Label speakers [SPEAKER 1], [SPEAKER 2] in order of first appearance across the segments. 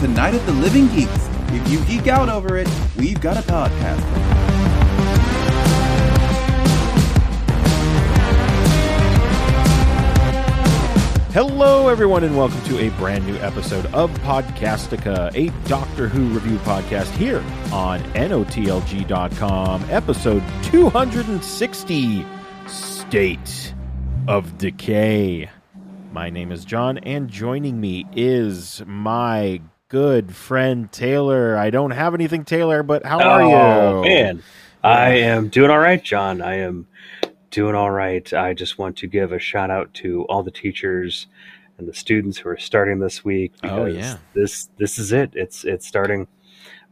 [SPEAKER 1] to Night of the Living Geeks. If you geek out over it, we've got a podcast.
[SPEAKER 2] Hello, everyone, and welcome to a brand new episode of Podcastica, a Doctor Who review podcast here on NOTLG.com, episode 260 State of Decay. My name is John, and joining me is my good friend Taylor. I don't have anything, Taylor, but how are
[SPEAKER 3] oh,
[SPEAKER 2] you?
[SPEAKER 3] man. I am doing all right, John. I am doing all right. I just want to give a shout out to all the teachers and the students who are starting this week because
[SPEAKER 2] Oh, yeah.
[SPEAKER 3] this this is it. It's it's starting.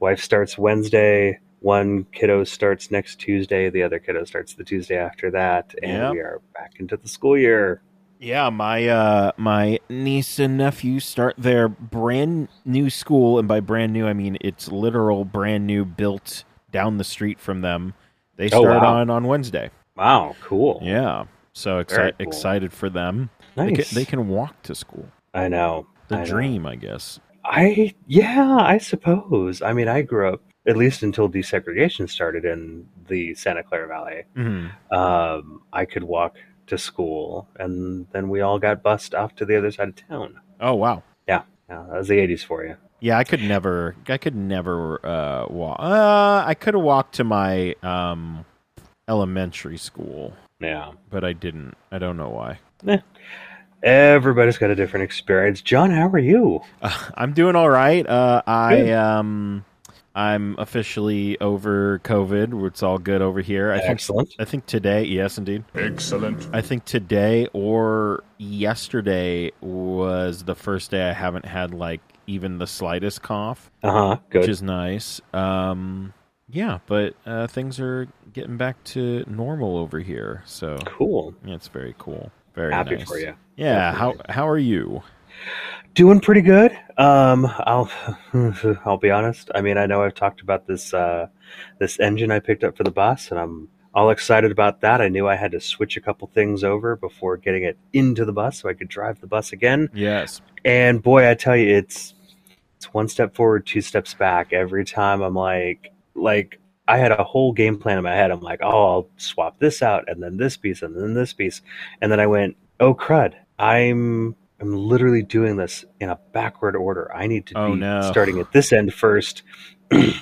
[SPEAKER 3] Wife starts Wednesday. One kiddo starts next Tuesday. The other kiddo starts the Tuesday after that, and
[SPEAKER 2] Yep.
[SPEAKER 3] we are back into the school year.
[SPEAKER 2] Yeah, my uh my niece and nephew start their brand new school and by brand new I mean it's literal brand new built down the street from them. They
[SPEAKER 3] Oh,
[SPEAKER 2] start
[SPEAKER 3] wow.
[SPEAKER 2] on on Wednesday.
[SPEAKER 3] Wow, cool.
[SPEAKER 2] Yeah. So
[SPEAKER 3] Very
[SPEAKER 2] exci-
[SPEAKER 3] cool.
[SPEAKER 2] excited for them. They
[SPEAKER 3] nice.
[SPEAKER 2] can, they can walk to school.
[SPEAKER 3] I know
[SPEAKER 2] The
[SPEAKER 3] I know.
[SPEAKER 2] dream, I guess.
[SPEAKER 3] I yeah, I suppose. I mean, I grew up at least until desegregation started in the Santa Clara Valley.
[SPEAKER 2] Mhm.
[SPEAKER 3] Um, I could walk to school, and then we all got bussed off to the other side of town.
[SPEAKER 2] Oh wow.
[SPEAKER 3] Yeah, that was the '80s for you.
[SPEAKER 2] Yeah, I could never I could never uh walk. Uh I could have walked to my um elementary school,
[SPEAKER 3] Yeah,
[SPEAKER 2] but I didn't. I don't know why.
[SPEAKER 3] everybody's got a different experience. John, how are you?
[SPEAKER 2] Uh, I'm doing all right. Uh, I
[SPEAKER 3] Good.
[SPEAKER 2] um, I'm officially over COVID. It's all good over here. I think.
[SPEAKER 3] Excellent.
[SPEAKER 2] I think today. Yes, indeed.
[SPEAKER 1] Excellent.
[SPEAKER 2] I think today or yesterday was the first day I haven't had like even the slightest cough,
[SPEAKER 3] Uh huh.
[SPEAKER 2] which
[SPEAKER 3] Good.
[SPEAKER 2] is nice. Um, yeah, but uh, things are getting back to normal over here, so
[SPEAKER 3] cool.
[SPEAKER 2] yeah, it's very cool. Very
[SPEAKER 3] Happy
[SPEAKER 2] nice.
[SPEAKER 3] for you.
[SPEAKER 2] Yeah.
[SPEAKER 3] Happy
[SPEAKER 2] How
[SPEAKER 3] for
[SPEAKER 2] how are you?
[SPEAKER 3] Doing pretty good. Um, I'll I'll be honest. I mean, I know I've talked about this uh, this engine I picked up for the bus, and I'm all excited about that. I knew I had to switch a couple things over before getting it into the bus, so I could drive the bus again.
[SPEAKER 2] Yes.
[SPEAKER 3] And boy, I tell you, it's it's one step forward, two steps back every time. I'm like, like I had a whole game plan in my head. I'm like, oh, I'll swap this out, and then this piece, and then this piece, and then I went, oh crud, I'm I'm literally doing this in a backward order. I need to
[SPEAKER 2] Oh,
[SPEAKER 3] be
[SPEAKER 2] no.
[SPEAKER 3] starting at this end first.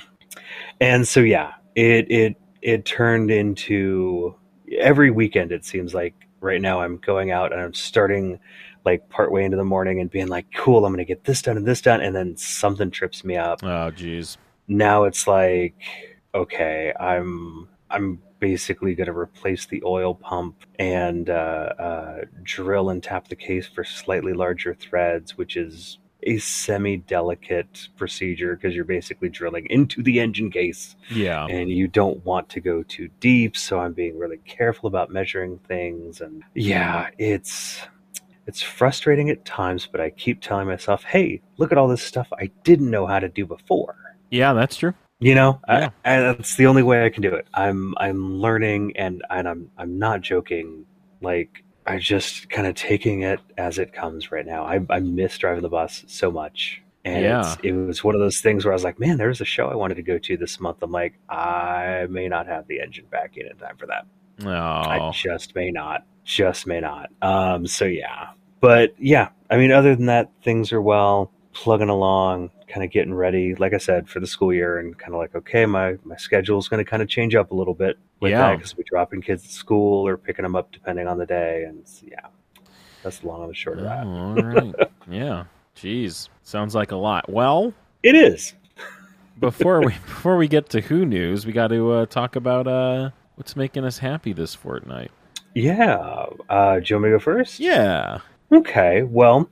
[SPEAKER 3] and so yeah, it it it turned into every weekend. It seems like right now I'm going out and I'm starting like partway into the morning and being like, cool, I'm going to get this done and this done. And then something trips me up.
[SPEAKER 2] Oh, geez.
[SPEAKER 3] Now it's like, okay, I'm, I'm basically going to replace the oil pump and, uh, uh, drill and tap the case for slightly larger threads, which is a semi delicate procedure because you're basically drilling into the engine case
[SPEAKER 2] Yeah.
[SPEAKER 3] and you don't want to go too deep so i'm being really careful about measuring things and yeah it's it's frustrating at times but i keep telling myself hey look at all this stuff i didn't know how to do before
[SPEAKER 2] Yeah, that's true.
[SPEAKER 3] you know
[SPEAKER 2] Yeah.
[SPEAKER 3] I, I, that's the only way i can do it i'm i'm learning and and i'm i'm not joking like i'm just kind of taking it as it comes right now i, I miss driving the bus so much and
[SPEAKER 2] Yeah.
[SPEAKER 3] it's- it was one of those things where i was like man there's a show i wanted to go to this month i'm like i may not have the engine back in in time for that
[SPEAKER 2] Oh.
[SPEAKER 3] i just may not just may not um so yeah but yeah i mean other than that things are well plugging along kind of getting ready like i said for the school year and kind of like okay my my schedule's going to kind of change up a little bit with
[SPEAKER 2] Yeah.
[SPEAKER 3] that because we're dropping kids at school or picking them up depending on the day and s- yeah that's the long and the short of that
[SPEAKER 2] Oh, all right. yeah. Jeez. Sounds like a lot. Well,
[SPEAKER 3] it is
[SPEAKER 2] before we before we get to who news, we got to uh, talk about uh, what's making us happy this fortnight.
[SPEAKER 3] yeah uh do you want me to go first
[SPEAKER 2] Yeah.
[SPEAKER 3] Okay, well,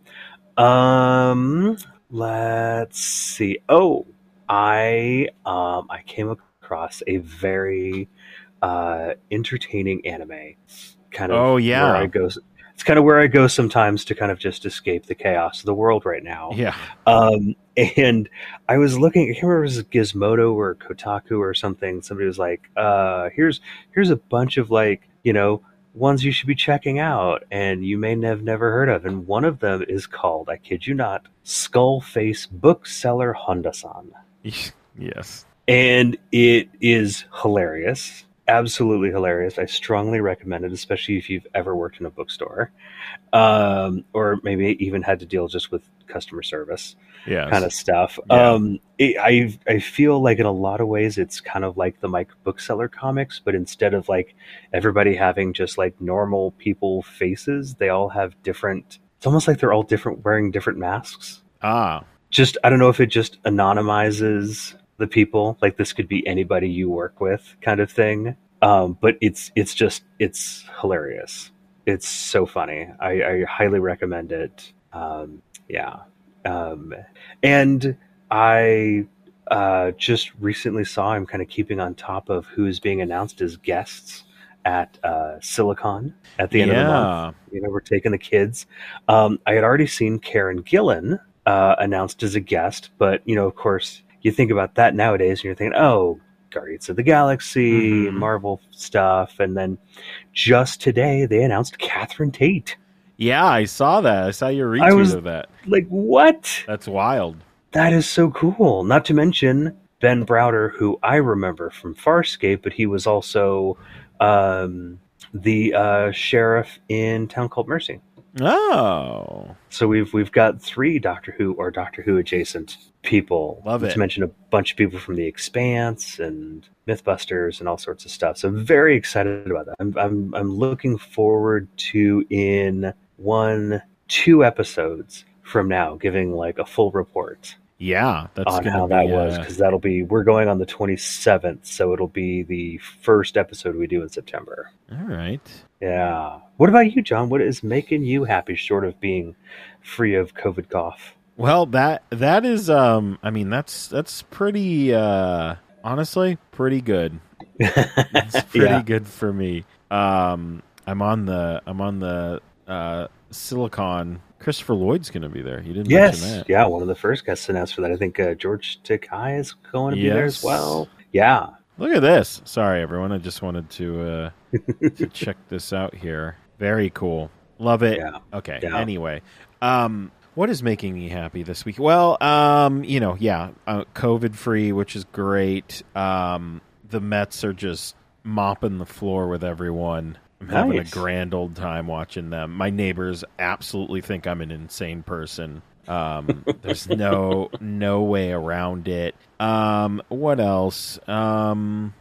[SPEAKER 3] um, let's see. Oh, I um, I came across a very uh, entertaining anime. Kind of.
[SPEAKER 2] Oh, yeah.
[SPEAKER 3] Where I go, it's kind of where I go sometimes to kind of just escape the chaos of the world right now.
[SPEAKER 2] Yeah.
[SPEAKER 3] Um, and I was looking, I can't remember if it was Gizmodo or Kotaku or something. Somebody was like, uh, here's, here's a bunch of like, you know, ones you should be checking out and you may have never heard of. And one of them is called, I kid you not, Skullface Bookseller Honda-san.
[SPEAKER 2] yes.
[SPEAKER 3] And it is hilarious. Absolutely hilarious. I strongly recommend it, especially if you've ever worked in a bookstore um, or maybe even had to deal just with customer service
[SPEAKER 2] Yes.
[SPEAKER 3] kind of stuff.
[SPEAKER 2] Yeah.
[SPEAKER 3] Um, it, I I feel like in a lot of ways it's kind of like the Mike Bookseller comics, but instead of like everybody having just like normal people faces, they all have different. It's almost like they're all different, wearing different masks.
[SPEAKER 2] ah.
[SPEAKER 3] Just I don't know if it just anonymizes the people. Like this could be anybody you work with, kind of thing. Um, but it's it's just it's hilarious. It's so funny. I, I highly recommend it. Um, yeah. Um, and I uh, just recently saw I'm kind of keeping on top of who is being announced as guests at uh, Silicon at the end of the month.
[SPEAKER 2] yeah.
[SPEAKER 3] You know, we're taking the kids. Um, I had already seen Karen Gillan uh, announced as a guest, but you know, of course, you think about that nowadays, and you're thinking, oh. Guardians of the Galaxy,
[SPEAKER 2] Mhm.
[SPEAKER 3] Marvel stuff, and then just today they announced Catherine Tate.
[SPEAKER 2] Yeah, I saw that. I saw your
[SPEAKER 3] I
[SPEAKER 2] retweet
[SPEAKER 3] was-
[SPEAKER 2] of that.
[SPEAKER 3] Like what?
[SPEAKER 2] That's wild.
[SPEAKER 3] That is so cool. Not to mention Ben Browder, who I remember from Farscape, but he was also um, the uh, sheriff in Town Called Mercy.
[SPEAKER 2] Oh.
[SPEAKER 3] So we've we've got three Doctor Who or Doctor Who adjacent people.
[SPEAKER 2] Love
[SPEAKER 3] Not
[SPEAKER 2] it.
[SPEAKER 3] To mention a bunch of people from The Expanse and MythBusters and all sorts of stuff. So I'm very excited about that. I'm I'm I'm looking forward to in one two episodes from now giving like a full report
[SPEAKER 2] Yeah, that's
[SPEAKER 3] on
[SPEAKER 2] gonna
[SPEAKER 3] how that
[SPEAKER 2] be,
[SPEAKER 3] was was
[SPEAKER 2] uh,
[SPEAKER 3] because that'll be we're going on the 27th so it'll be the first episode we do in september
[SPEAKER 2] All right.
[SPEAKER 3] yeah what about you john what is making you happy short of being free of covid cough
[SPEAKER 2] Well, that that is um I mean that's that's pretty uh honestly pretty good. It's pretty
[SPEAKER 3] Yeah.
[SPEAKER 2] good for me. Um I'm on the I'm on the uh Silicon Christopher Lloyd's going to be there. You didn't mention
[SPEAKER 3] yes
[SPEAKER 2] that.
[SPEAKER 3] yeah one of the first guests announced for that i think uh, george takai is going to be there
[SPEAKER 2] Yes.
[SPEAKER 3] as well yeah
[SPEAKER 2] Look at this. Sorry everyone, I just wanted to uh to check this out here. Very cool. Love it.
[SPEAKER 3] Yeah.
[SPEAKER 2] Okay.
[SPEAKER 3] Yeah.
[SPEAKER 2] Anyway, um, what is making me happy this week? Well, um, you know, yeah, uh, COVID free, which is great. Um, the Mets are just mopping the floor with everyone. I'm having
[SPEAKER 3] Nice.
[SPEAKER 2] a grand old time watching them. My neighbors absolutely think I'm an insane person. Um, there's no no way around it. Um, what else? Um,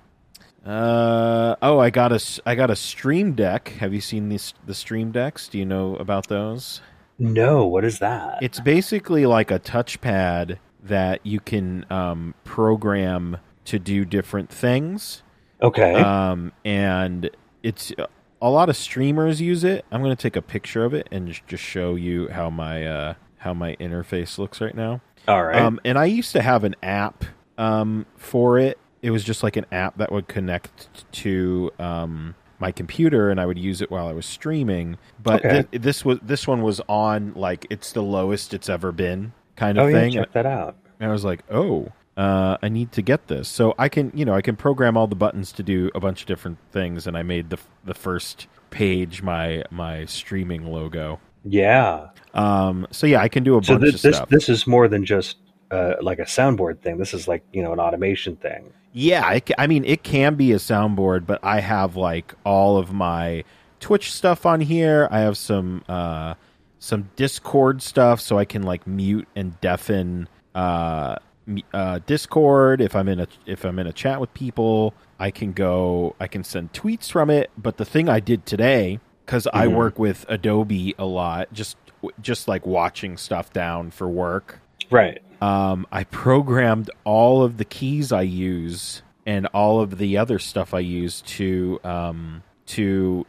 [SPEAKER 2] uh oh, I got a s- I got a Stream Deck. Have you seen these the Stream Decks? Do you know about those?
[SPEAKER 3] no what is that
[SPEAKER 2] It's basically like a touchpad that you can um, program to do different things.
[SPEAKER 3] okay
[SPEAKER 2] Um, and it's a lot of streamers use it. I'm going to take a picture of it and just- just show you how my uh, how my interface looks right now.
[SPEAKER 3] all right
[SPEAKER 2] Um, and I used to have an app um, for it. It was just like an app that would connect to um, my computer, and I would use it while I was streaming. But
[SPEAKER 3] Okay.
[SPEAKER 2] thi- this was this one was on like it's the lowest it's ever been kind of
[SPEAKER 3] oh yeah
[SPEAKER 2] thing.
[SPEAKER 3] check that out
[SPEAKER 2] And I was like, oh, uh, I need to get this. So I can, you know, I can program all the buttons to do a bunch of different things. And I made the the first page my my streaming logo.
[SPEAKER 3] yeah
[SPEAKER 2] Um, so yeah, I can do a
[SPEAKER 3] so
[SPEAKER 2] bunch
[SPEAKER 3] this
[SPEAKER 2] of
[SPEAKER 3] this,
[SPEAKER 2] stuff.
[SPEAKER 3] this is more than just uh, like a soundboard thing this is like you know an automation thing
[SPEAKER 2] Yeah, I, ca- I mean, it can be a soundboard, but I have like all of my Twitch stuff on here. I have some uh, some Discord stuff, so I can like mute and deafen uh, m- uh, Discord if I'm in a if I'm in a chat with people. I can go, I can send tweets from it. But the thing I did today, because I
[SPEAKER 3] Mhm.
[SPEAKER 2] work with Adobe a lot, just just like watching stuff down for work
[SPEAKER 3] right
[SPEAKER 2] um, I programmed all of the keys I use and all of the other stuff I use to um, to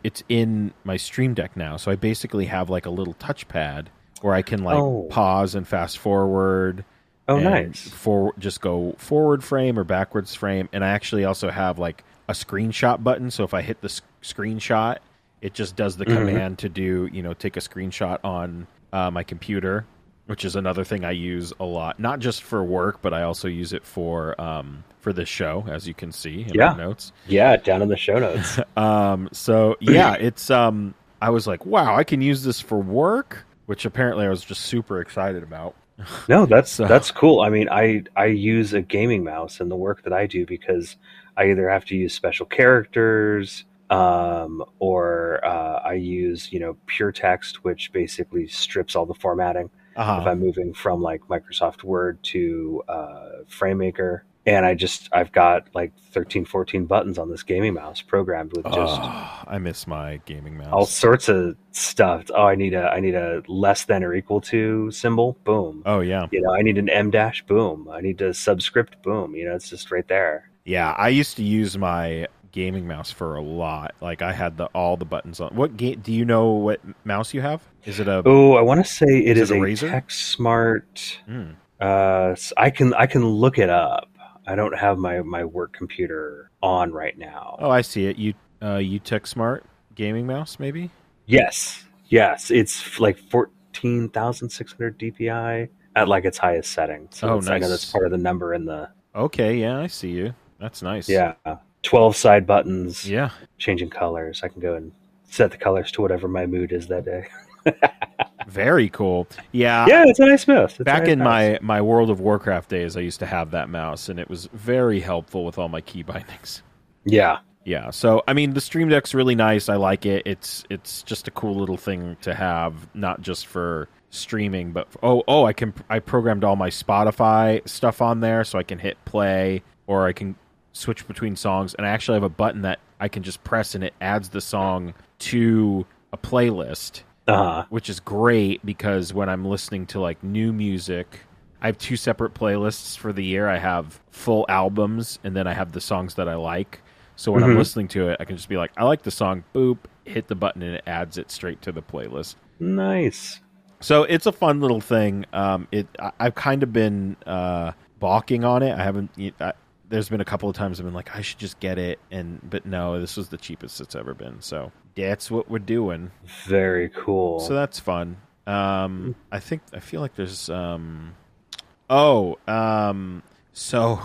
[SPEAKER 2] it's in my Stream Deck now. So I basically have like a little touchpad where I can like
[SPEAKER 3] Oh.
[SPEAKER 2] pause and fast forward.
[SPEAKER 3] oh
[SPEAKER 2] and
[SPEAKER 3] nice
[SPEAKER 2] For just go forward frame or backwards frame, and I actually also have like a screenshot button. So if I hit the sc- screenshot, it just does the
[SPEAKER 3] Mhm.
[SPEAKER 2] command to do you know take a screenshot on uh, my computer which is another thing I use a lot, not just for work, but I also use it for um, for this show, as you can see in
[SPEAKER 3] Yeah.
[SPEAKER 2] my notes.
[SPEAKER 3] Yeah, down in the show notes.
[SPEAKER 2] Um, so yeah, it's um, I was like, wow, I can use this for work, which apparently I was just super excited about.
[SPEAKER 3] No, that's
[SPEAKER 2] So-
[SPEAKER 3] that's cool. I mean, I I use a gaming mouse in the work that I do because I either have to use special characters um, or uh, I use you know pure text, which basically strips all the formatting. if
[SPEAKER 2] Uh-huh.
[SPEAKER 3] I'm moving from like Microsoft Word to uh, FrameMaker. And I just, I've got like 13, 14 buttons on this gaming mouse programmed with just
[SPEAKER 2] Ah, I miss my gaming mouse.
[SPEAKER 3] all sorts of stuff. Oh, I need a, I need a less than or equal to symbol. Boom.
[SPEAKER 2] oh yeah,
[SPEAKER 3] You know, I need an M dash. Boom. I need a subscript. Boom. You know, it's just right there.
[SPEAKER 2] yeah. I used to use my gaming mouse for a lot. Like I had the all the buttons on. What game? Do you know what mouse you have? Is it a?
[SPEAKER 3] Oh, I want to say it
[SPEAKER 2] Is
[SPEAKER 3] is,
[SPEAKER 2] it a
[SPEAKER 3] a,
[SPEAKER 2] Razer?
[SPEAKER 3] TechSmart.
[SPEAKER 2] Mm.
[SPEAKER 3] Uh, s- I can, I can look it up. I don't have my, my work computer on right now.
[SPEAKER 2] Oh, I see it. You uh, you tech smart gaming mouse maybe.
[SPEAKER 3] Yes, yes, it's f- like fourteen thousand six hundred DPI at like its highest setting. So
[SPEAKER 2] Oh,
[SPEAKER 3] that's- I know that's
[SPEAKER 2] nice.
[SPEAKER 3] part of the number in the
[SPEAKER 2] Okay, yeah, I see you. That's nice.
[SPEAKER 3] yeah twelve side buttons,
[SPEAKER 2] Yeah.
[SPEAKER 3] changing colors. I can go and set the colors to whatever my mood is that day.
[SPEAKER 2] Very cool. Yeah.
[SPEAKER 3] yeah, it's a nice mouse. It's a
[SPEAKER 2] Ah. Back
[SPEAKER 3] nice
[SPEAKER 2] in
[SPEAKER 3] mouse.
[SPEAKER 2] my, my World of Warcraft days, I used to have that mouse, and it was very helpful with all my key bindings.
[SPEAKER 3] yeah
[SPEAKER 2] Yeah, so I mean, the Stream Deck's really nice. I like it. It's it's just a cool little thing to have, not just for streaming, but for, oh oh, I can I programmed all my Spotify stuff on there, so I can hit play or I can switch between songs. And I actually have a button that I can just press, and it adds the song to a playlist
[SPEAKER 3] uh
[SPEAKER 2] which is great because when I'm listening to like new music, I have two separate playlists for the year. I have full albums and then I have the songs that I like. So when I'm
[SPEAKER 3] Mhm.
[SPEAKER 2] listening to it, I can just be like, I like the song, boop, hit the button and it adds it straight to the playlist.
[SPEAKER 3] nice.
[SPEAKER 2] So it's a fun little thing. Um, it I, I've kind of been uh, balking on it. I haven't. y- I, there's been a couple of times I've been like, I should just get it, and but no, this was the cheapest it's ever been. So that's what we're doing.
[SPEAKER 3] Very cool. Hmm.
[SPEAKER 2] So that's fun. Um, I think I feel like there's um, oh um, so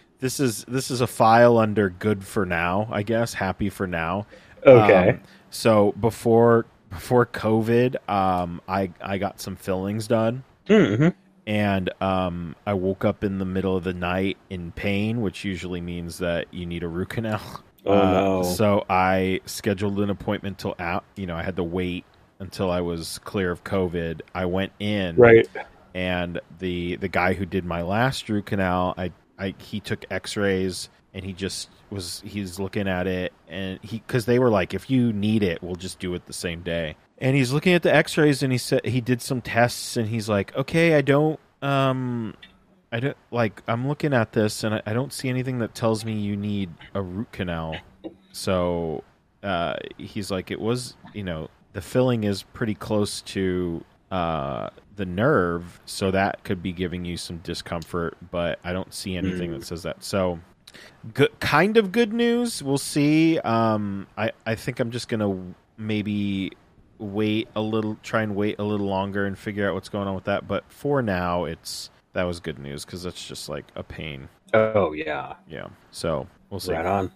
[SPEAKER 2] this is this is a file under good for now, I guess. Happy for now.
[SPEAKER 3] Okay.
[SPEAKER 2] Um, so before before COVID, um, I I got some fillings done.
[SPEAKER 3] hmm
[SPEAKER 2] And um, I woke up in the middle of the night in pain, which usually means that you need a root canal.
[SPEAKER 3] Oh
[SPEAKER 2] Uh,
[SPEAKER 3] no.
[SPEAKER 2] So I scheduled an appointment till out. You know, I had to wait until I was clear of COVID. I went in,
[SPEAKER 3] right.
[SPEAKER 2] and the the guy who did my last root canal, I, I he took X rays and he just was he's looking at it and he because they were like, if you need it, we'll just do it the same day. And he's looking at the X rays and he said he did some tests and he's like, okay, I don't um I don't like. I'm looking at this, and I, I don't see anything that tells me you need a root canal. So uh, he's like, it was, you know, the filling is pretty close to uh, the nerve, so that could be giving you some discomfort. But I don't see anything
[SPEAKER 3] Hmm.
[SPEAKER 2] that says that. So, good, kind of good news. We'll see. Um, I I think I'm just gonna maybe wait a little try and wait a little longer and figure out what's going on with that but for now it's that was good news because that's just like a pain
[SPEAKER 3] Oh yeah.
[SPEAKER 2] yeah so we'll see
[SPEAKER 3] Right on.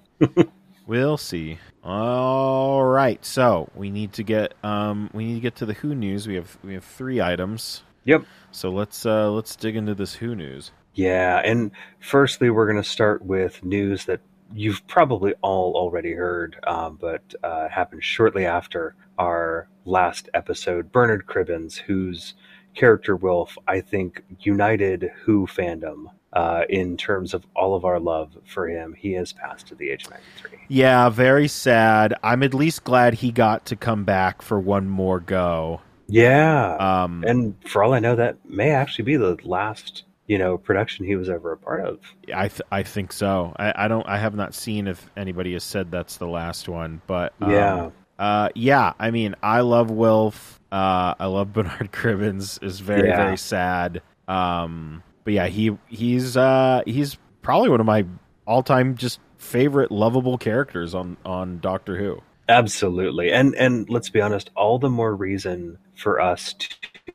[SPEAKER 2] we'll see all right so we need to get um we need to get to the who news we have we have three items
[SPEAKER 3] Yep.
[SPEAKER 2] so let's uh let's dig into this who news
[SPEAKER 3] Yeah, and firstly, we're going to start with news that you've probably all already heard, um, but uh, happened shortly after our last episode. Bernard Cribbins, whose character Wilf, I think, united Who fandom uh, in terms of all of our love for him. He has passed at the age of 93.
[SPEAKER 2] yeah very sad i'm at least glad he got to come back for one more go
[SPEAKER 3] Yeah,
[SPEAKER 2] um
[SPEAKER 3] and for all I know, that may actually be the last, you know, production he was ever a part of.
[SPEAKER 2] I th- I think so. I, I don't. I have not seen if anybody has said that's the last one, but um,
[SPEAKER 3] Yeah.
[SPEAKER 2] uh, yeah. I mean, I love Wilf. Uh, I love Bernard Cribbins. Is very
[SPEAKER 3] Yeah.
[SPEAKER 2] very sad. Um, but yeah, he he's uh he's probably one of my all time just favorite lovable characters on on Doctor Who.
[SPEAKER 3] Absolutely. And and let's be honest, all the more reason for us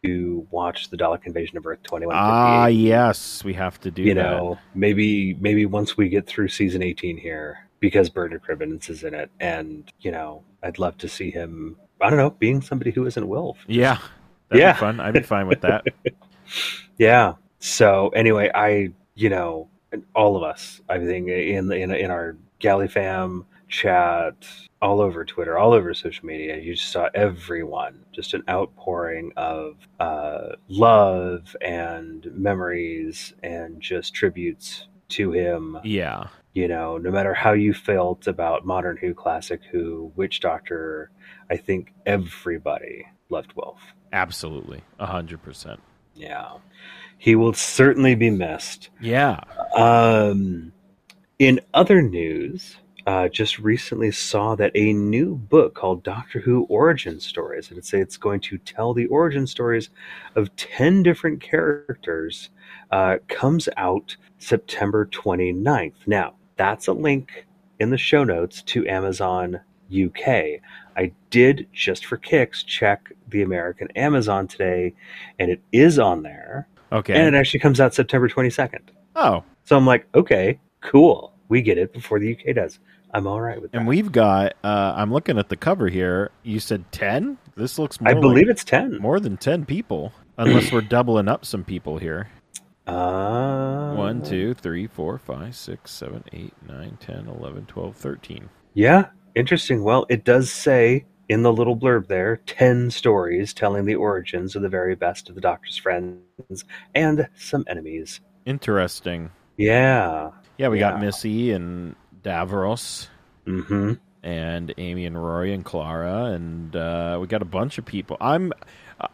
[SPEAKER 3] to watch the Dalek Invasion of Earth 2158.
[SPEAKER 2] Ah, yes, we have to do
[SPEAKER 3] you
[SPEAKER 2] that.
[SPEAKER 3] know, maybe maybe once we get through season 18 here, because Bernard Cribbins is in it, and you know, I'd love to see him. I don't know, being somebody who isn't Wilf.
[SPEAKER 2] Yeah. That'd
[SPEAKER 3] Yeah.
[SPEAKER 2] be fun. I'd be fine with that.
[SPEAKER 3] Yeah. So anyway, I you know all of us, I think in in in our galley fam chat, all over Twitter, all over social media, you just saw everyone just an outpouring of uh, love and memories and just tributes to him.
[SPEAKER 2] Yeah.
[SPEAKER 3] You know, no matter how you felt about Modern Who, Classic Who, Witch Doctor, I think everybody loved Wolf.
[SPEAKER 2] Absolutely. A hundred percent.
[SPEAKER 3] Yeah. He will certainly be missed.
[SPEAKER 2] Yeah.
[SPEAKER 3] Um, in other news, uh, just recently saw that a new book called Doctor Who Origin Stories, and it's, it's going to tell the origin stories of 10 different characters, uh, comes out September 29th. Now, that's a link in the show notes to Amazon UK. I did, just for kicks, check the American Amazon today, and it is on there,
[SPEAKER 2] Okay.
[SPEAKER 3] and it actually comes out September 22nd.
[SPEAKER 2] oh.
[SPEAKER 3] So I'm like, okay, cool. We get it before the UK does. I'm all right with that.
[SPEAKER 2] And we've got uh I'm looking at the cover here. You said ten? This looks more
[SPEAKER 3] I
[SPEAKER 2] like
[SPEAKER 3] believe it's 10.
[SPEAKER 2] more than ten people. Unless we're doubling up some people here.
[SPEAKER 3] Uh,
[SPEAKER 2] One, two, three, four, five, six, seven, eight, nine, ten, eleven, twelve, thirteen.
[SPEAKER 3] Yeah, interesting. Well, it does say in the little blurb there 10 stories telling the origins of the very best of the Doctor's friends and some enemies.
[SPEAKER 2] Interesting.
[SPEAKER 3] Yeah.
[SPEAKER 2] Yeah, we got
[SPEAKER 3] Yeah.
[SPEAKER 2] Missy and Davros
[SPEAKER 3] Mm hmm.
[SPEAKER 2] and Amy and Rory and Clara and uh, we got a bunch of people. I'm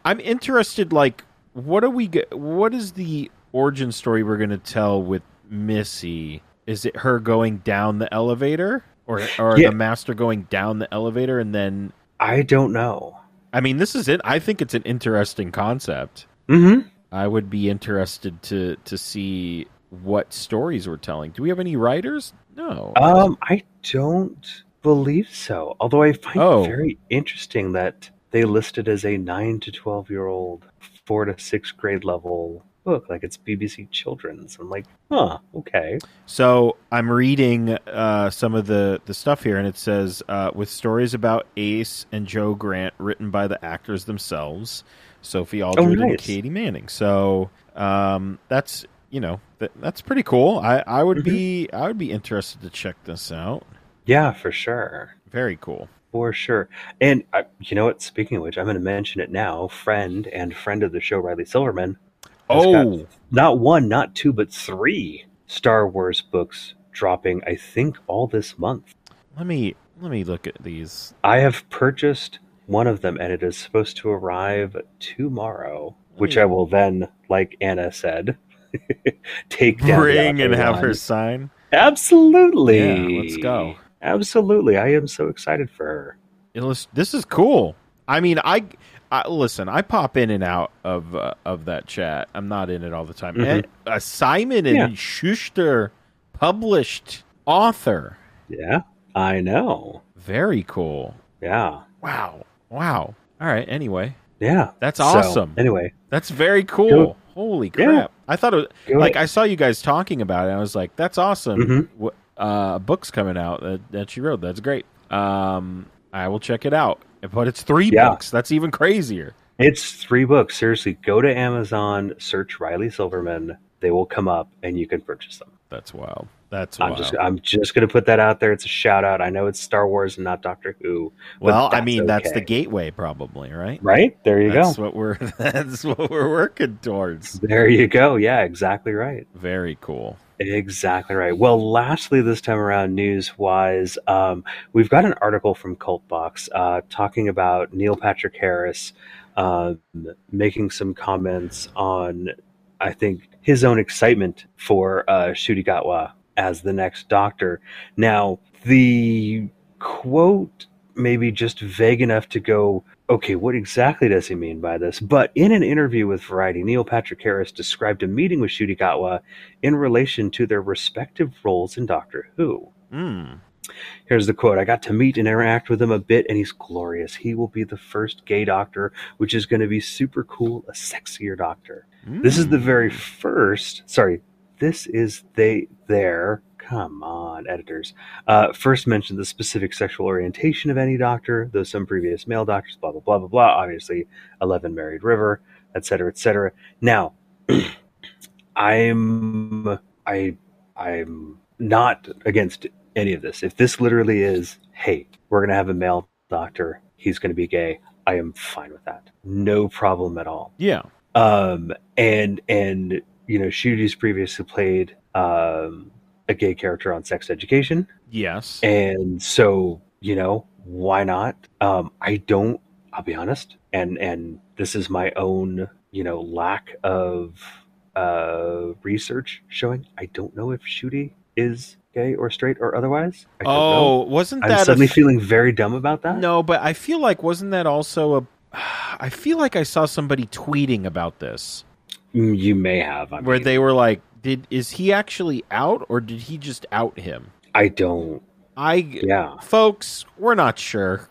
[SPEAKER 2] I'm interested like what are we go- what is the origin story we're going to tell with Missy? Is it her going down the elevator or or
[SPEAKER 3] Yeah.
[SPEAKER 2] the master going down the elevator and then
[SPEAKER 3] I don't know.
[SPEAKER 2] I mean this is it. I think it's an interesting concept.
[SPEAKER 3] Mm hmm.
[SPEAKER 2] I would be interested to to see what stories we're telling. Do we have any writers? No.
[SPEAKER 3] Um, I don't believe so. Although I find
[SPEAKER 2] Oh.
[SPEAKER 3] it very interesting that they listed as a nine to twelve year old, four to six grade level book, like it's BBC Children's. I'm like, huh, okay,
[SPEAKER 2] So I'm reading uh, some of the, the stuff here, and it says uh, with stories about Ace and Joe Grant written by the actors themselves, Sophie Aldred and
[SPEAKER 3] Oh, nice.
[SPEAKER 2] Katie Manning. So um, that's you know that, that's pretty cool. I, I would
[SPEAKER 3] Mm-hmm.
[SPEAKER 2] be I would be interested to check this out.
[SPEAKER 3] yeah, for sure,
[SPEAKER 2] Very cool.
[SPEAKER 3] for sure. And uh, you know what? Speaking of which, I'm going to mention it now. Friend and friend of the show, Riley Silverman. has got
[SPEAKER 2] Oh,
[SPEAKER 3] not one, not two, but three Star Wars books dropping. I think all this month.
[SPEAKER 2] let me let me look at these.
[SPEAKER 3] I have purchased one of them and it is supposed to arrive tomorrow, which
[SPEAKER 2] Hey.
[SPEAKER 3] I will then, like Anna said, take down. the
[SPEAKER 2] Bring
[SPEAKER 3] other
[SPEAKER 2] and have her
[SPEAKER 3] one.
[SPEAKER 2] sign.
[SPEAKER 3] Absolutely.
[SPEAKER 2] Yeah, let's go.
[SPEAKER 3] Absolutely. I am so excited for her.
[SPEAKER 2] Illust- this is cool. I mean, I, I listen. I pop in and out of uh, of that chat. I'm not in it all the time.
[SPEAKER 3] Mhm.
[SPEAKER 2] And, uh, Simon and
[SPEAKER 3] Yeah.
[SPEAKER 2] Schuster, published author.
[SPEAKER 3] Yeah, I know.
[SPEAKER 2] Very cool.
[SPEAKER 3] Yeah.
[SPEAKER 2] Wow. Wow. All right. Anyway,
[SPEAKER 3] Yeah.
[SPEAKER 2] that's
[SPEAKER 3] So,
[SPEAKER 2] awesome.
[SPEAKER 3] anyway,
[SPEAKER 2] That's very cool.
[SPEAKER 3] Go-
[SPEAKER 2] Holy
[SPEAKER 3] Yeah.
[SPEAKER 2] crap! I thought it was
[SPEAKER 3] go
[SPEAKER 2] like
[SPEAKER 3] ahead.
[SPEAKER 2] I saw you guys talking about it. And I was like, "That's awesome!
[SPEAKER 3] Mhm.
[SPEAKER 2] What, uh, book's coming out that, that she wrote. That's great. Um, I will check it out." But it's three
[SPEAKER 3] Yeah.
[SPEAKER 2] books. That's even crazier.
[SPEAKER 3] it's three books. Seriously, go to Amazon, search Riley Silverman. They will come up and you can purchase them.
[SPEAKER 2] That's wild. That's
[SPEAKER 3] I'm
[SPEAKER 2] wild.
[SPEAKER 3] just I'm just gonna put that out there. It's a shout out. I know it's Star Wars and not Doctor Who. but
[SPEAKER 2] well, I mean, that's the
[SPEAKER 3] okay.
[SPEAKER 2] gateway, probably, right?
[SPEAKER 3] Right? There you
[SPEAKER 2] that's
[SPEAKER 3] go.
[SPEAKER 2] what we're that's what we're working towards.
[SPEAKER 3] There you go. Yeah, exactly right.
[SPEAKER 2] Very cool.
[SPEAKER 3] Exactly right. Well, lastly, this time around, news wise, um, we've got an article from Cultbox uh, talking about Neil Patrick Harris um, making some comments on, I think, his own excitement for uh, Shurigatwa as the next Doctor. Now, the quote may be just vague enough to go okay, what exactly does he mean by this? But in an interview with Variety, Neil Patrick Harris described a meeting with Shurigatwa in relation to their respective roles in Doctor Who.
[SPEAKER 2] Mm.
[SPEAKER 3] Here's the quote I got to meet and interact with him a bit, and he's glorious. He will be the first gay doctor, which is going to be super cool, a sexier doctor. This
[SPEAKER 2] Hmm.
[SPEAKER 3] is the very first, sorry, this is they, their, come on, editors, uh, first mentioned the specific sexual orientation of any doctor, though some previous male doctors, blah, blah, blah, blah, blah, obviously, 11 Married River, et cetera, et cetera. Now, I'm, I, I'm not against any of this. If this literally is, hey, we're going to have a male doctor, he's going to be gay, I am fine with that. No problem at all.
[SPEAKER 2] Yeah.
[SPEAKER 3] Um, and, and, you know, Shuji's previously played um, a gay character on Sex Education.
[SPEAKER 2] Yes.
[SPEAKER 3] And so, you know, why not? Um, I don't, I'll be honest. And, and this is my own, you know, lack of uh, research showing. I don't know if Shooty is gay or straight or otherwise. I don't know.
[SPEAKER 2] oh, wasn't
[SPEAKER 3] I'm
[SPEAKER 2] that a
[SPEAKER 3] suddenly
[SPEAKER 2] th-
[SPEAKER 3] feeling very dumb about that.
[SPEAKER 2] No, but I feel like wasn't that also a I feel like I saw somebody tweeting about this
[SPEAKER 3] Mm, You may have. I,
[SPEAKER 2] where
[SPEAKER 3] mean,
[SPEAKER 2] they were like, did is he actually out or did he just out him?
[SPEAKER 3] I don't.
[SPEAKER 2] I
[SPEAKER 3] Yeah.
[SPEAKER 2] folks, we're not sure.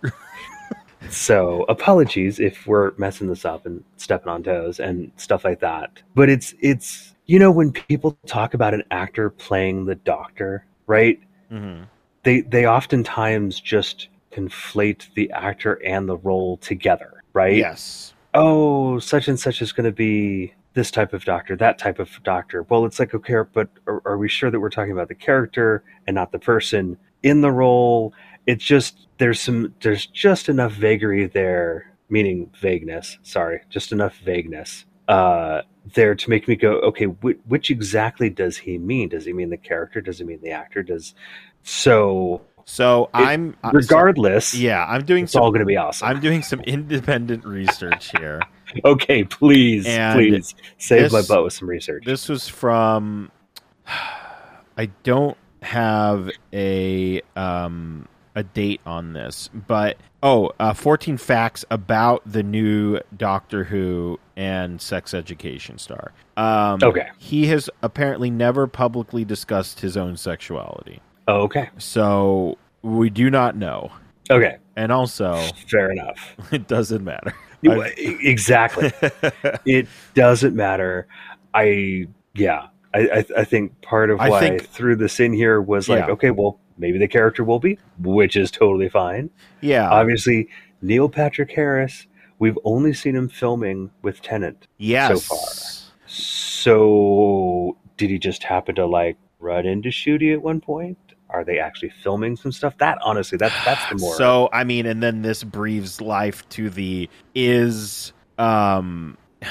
[SPEAKER 3] So apologies if we're messing this up and stepping on toes and stuff like that. But it's it's you know when people talk about an actor playing the doctor, right? Mm-hmm. They they oftentimes just conflate the actor and the role together, right?
[SPEAKER 2] Yes.
[SPEAKER 3] oh, such and such is going to be this type of doctor, that type of doctor. Well, it's like, okay, but are, are we sure that we're talking about the character and not the person in the role? It's just there's some there's just enough vagary there, meaning vagueness. Sorry, just enough vagueness uh, there to make me go, okay, which, which exactly does he mean? Does he mean the character? Does he mean the actor? Does so
[SPEAKER 2] So I'm I- Uh, so-
[SPEAKER 3] regardless,
[SPEAKER 2] yeah, I'm doing
[SPEAKER 3] it's
[SPEAKER 2] some
[SPEAKER 3] all going to be awesome.
[SPEAKER 2] I'm doing some independent research here.
[SPEAKER 3] okay, please,
[SPEAKER 2] And
[SPEAKER 3] please save my
[SPEAKER 2] this-
[SPEAKER 3] butt with some research.
[SPEAKER 2] This was from. I don't have a um, a date on this, but oh, uh, 14 facts about the new Doctor Who and sex education star. Um,
[SPEAKER 3] Okay.
[SPEAKER 2] he has apparently never publicly discussed his own sexuality,
[SPEAKER 3] Oh, okay.
[SPEAKER 2] so we do not know.
[SPEAKER 3] Okay.
[SPEAKER 2] And also,
[SPEAKER 3] Fair enough.
[SPEAKER 2] it doesn't matter.
[SPEAKER 3] E- Exactly. it doesn't matter. I yeah. I I, I think part of
[SPEAKER 2] I
[SPEAKER 3] why I,
[SPEAKER 2] think-
[SPEAKER 3] threw this in here was like,
[SPEAKER 2] Yeah.
[SPEAKER 3] okay, well, maybe the character will be, which is totally fine.
[SPEAKER 2] yeah.
[SPEAKER 3] Obviously, Neil Patrick Harris. We've only seen him filming with Tennant.
[SPEAKER 2] yes.
[SPEAKER 3] so So did he just happen to like run into Shooty at one point? Are they actually filming some stuff? That honestly, that's that's the more
[SPEAKER 2] So I mean, and then this breathes life to the is. Um,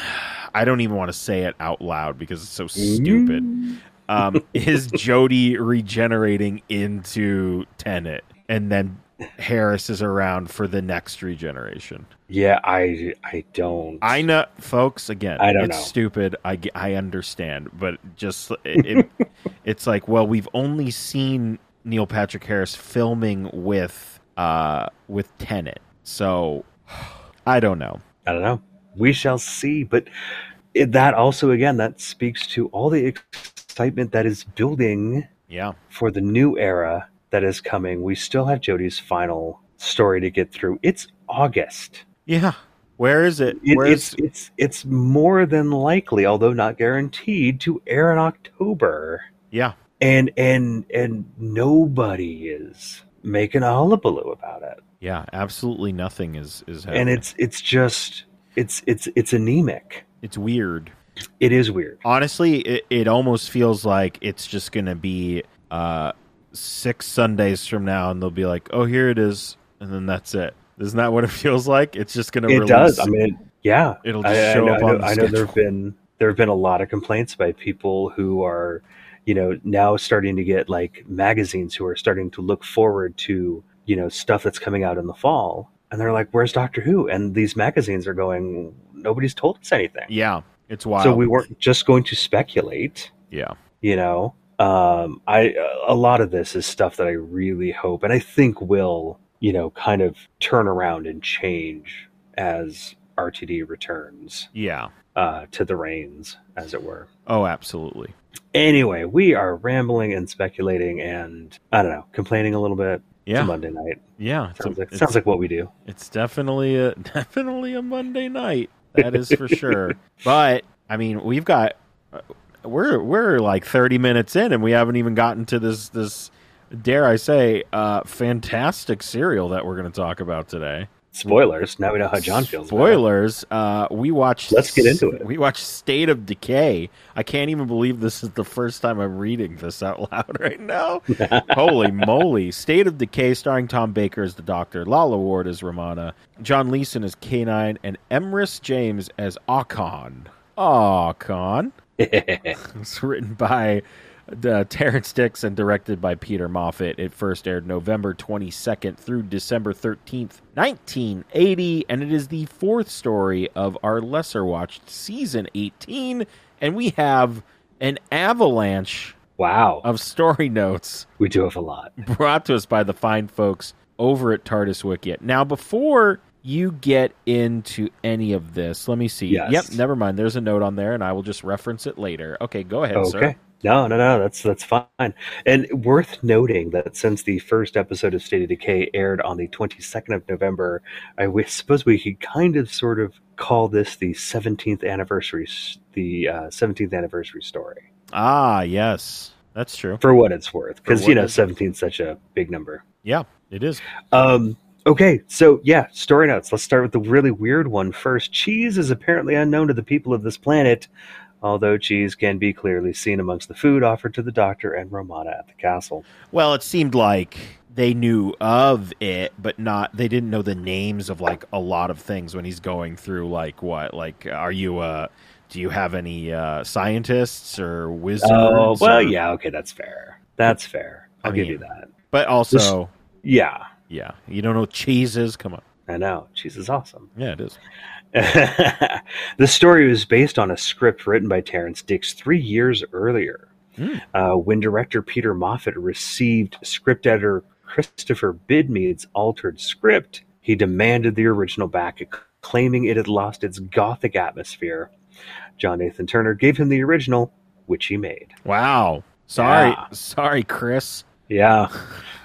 [SPEAKER 2] I don't even want to say it out loud because it's so
[SPEAKER 3] Mm.
[SPEAKER 2] stupid. Um, is Jody regenerating into Tenet, and then Harris is around for the next regeneration?
[SPEAKER 3] Yeah, I I don't.
[SPEAKER 2] I know, folks. Again,
[SPEAKER 3] I don't
[SPEAKER 2] it's
[SPEAKER 3] know.
[SPEAKER 2] stupid. I, ge- I understand, but just it, it- it's like, well, we've only seen Neil Patrick Harris filming with uh with Tenet, so I don't know.
[SPEAKER 3] I don't know. We shall see. But it, that also, again, that speaks to all the excitement that is building
[SPEAKER 2] Yeah,
[SPEAKER 3] for the new era that is coming. We still have Jody's final story to get through. It's August.
[SPEAKER 2] yeah. Where is it?
[SPEAKER 3] It,
[SPEAKER 2] Where
[SPEAKER 3] it's
[SPEAKER 2] is
[SPEAKER 3] it's it's more than likely, although not guaranteed, to air in October.
[SPEAKER 2] yeah?
[SPEAKER 3] And and and nobody is making a hullabaloo about it.
[SPEAKER 2] Yeah, absolutely nothing is is happening.
[SPEAKER 3] And it's it's just it's it's it's anemic.
[SPEAKER 2] it's weird.
[SPEAKER 3] It is weird.
[SPEAKER 2] honestly it, it almost feels like it's just gonna be uh six sundays from now and they'll be like oh here it is and then that's it isn't that what it feels like it's just gonna
[SPEAKER 3] it
[SPEAKER 2] release
[SPEAKER 3] does. I mean, yeah.
[SPEAKER 2] it'll just
[SPEAKER 3] I, I
[SPEAKER 2] show
[SPEAKER 3] know,
[SPEAKER 2] up
[SPEAKER 3] I
[SPEAKER 2] on
[SPEAKER 3] know,
[SPEAKER 2] the
[SPEAKER 3] I know there
[SPEAKER 2] schedule
[SPEAKER 3] have been there have been a lot of complaints by people who are, you know, now starting to get like magazines who are starting to look forward to you know stuff that's coming out in the fall, and they're like, "Where's Doctor Who?" And these magazines are going, "Nobody's told us anything."
[SPEAKER 2] yeah it's wild
[SPEAKER 3] So we weren't just going to speculate
[SPEAKER 2] yeah
[SPEAKER 3] you know um i a lot of this is stuff that i really hope and i think will you know kind of turn around and change as rtd returns
[SPEAKER 2] yeah
[SPEAKER 3] uh, to the reins, as it were.
[SPEAKER 2] Oh, absolutely.
[SPEAKER 3] Anyway, we are rambling and speculating and I don't know, complaining a little bit. It's a
[SPEAKER 2] Yeah,
[SPEAKER 3] Monday night
[SPEAKER 2] yeah. It's, a-
[SPEAKER 3] sounds like
[SPEAKER 2] it's-
[SPEAKER 3] sounds like what we do.
[SPEAKER 2] It's definitely a definitely a Monday night. That is for sure. But I mean, we've got uh, we're we're like 30 minutes in and we haven't even gotten to this this dare I say uh fantastic serial that we're going to talk about today.
[SPEAKER 3] Spoilers. Now we know how John feels. about it.
[SPEAKER 2] Spoilers. Uh we watched
[SPEAKER 3] Let's get into it.
[SPEAKER 2] We watched State of Decay. I can't even believe this is the first time I'm reading this out loud right now. Holy moly. State of Decay starring Tom Baker as the Doctor, Lala Ward as Romana, John Leeson as K9, and Emrys James as Ah Akon. Akon. It's written by uh, Terrence Dix and directed by Peter Moffat. It first aired November 22nd through December 13th, 1980, and it is the fourth story of our lesser watched season 18. And we have an avalanche
[SPEAKER 3] wow.
[SPEAKER 2] of story notes
[SPEAKER 3] we do have a lot.
[SPEAKER 2] brought to us by the fine folks over at TARDIS Wicket. Now, before you get into any of this, let me see.
[SPEAKER 3] Yes.
[SPEAKER 2] Yep, never mind. There's a note on there, and I will just reference it later. Okay, go ahead, sir.
[SPEAKER 3] Okay. No, no, no. That's that's fine. And worth noting that since the first episode of State of Decay aired on the 22nd of November, I w- suppose we could kind of sort of call this the 17th anniversary, s- the uh, 17th anniversary story
[SPEAKER 2] Ah, yes. That's true.
[SPEAKER 3] for what it's worth, because
[SPEAKER 2] what
[SPEAKER 3] you know
[SPEAKER 2] it's-
[SPEAKER 3] 17 is such a big number.
[SPEAKER 2] Yeah, it is.
[SPEAKER 3] Um, okay, so yeah, story notes. Let's start with the really weird one first. Cheese is apparently unknown to the people of this planet, although cheese can be clearly seen amongst the food offered to the doctor and Romana at the castle.
[SPEAKER 2] Well, it seemed like they knew of it, but not they didn't know the names of like a lot of things when he's going through like what like are you uh do you have any uh scientists or wizards?
[SPEAKER 3] Oh, well,
[SPEAKER 2] or-
[SPEAKER 3] yeah, okay, that's fair. That's fair.
[SPEAKER 2] I
[SPEAKER 3] I'll give
[SPEAKER 2] mean-
[SPEAKER 3] you that.
[SPEAKER 2] But also,
[SPEAKER 3] Yeah,
[SPEAKER 2] yeah, you don't know what cheese is. Come on,
[SPEAKER 3] I know. Cheese is awesome.
[SPEAKER 2] yeah, it is.
[SPEAKER 3] the story was based on a script written by Terrence Dix three years earlier,
[SPEAKER 2] Hmm.
[SPEAKER 3] uh, when director Peter Moffat received script editor Christopher Bidmead's altered script. He demanded the original back, claiming it had lost its gothic atmosphere. John Nathan Turner gave him the original, which he made.
[SPEAKER 2] Wow. Sorry,
[SPEAKER 3] Yeah.
[SPEAKER 2] sorry, Chris.
[SPEAKER 3] Yeah,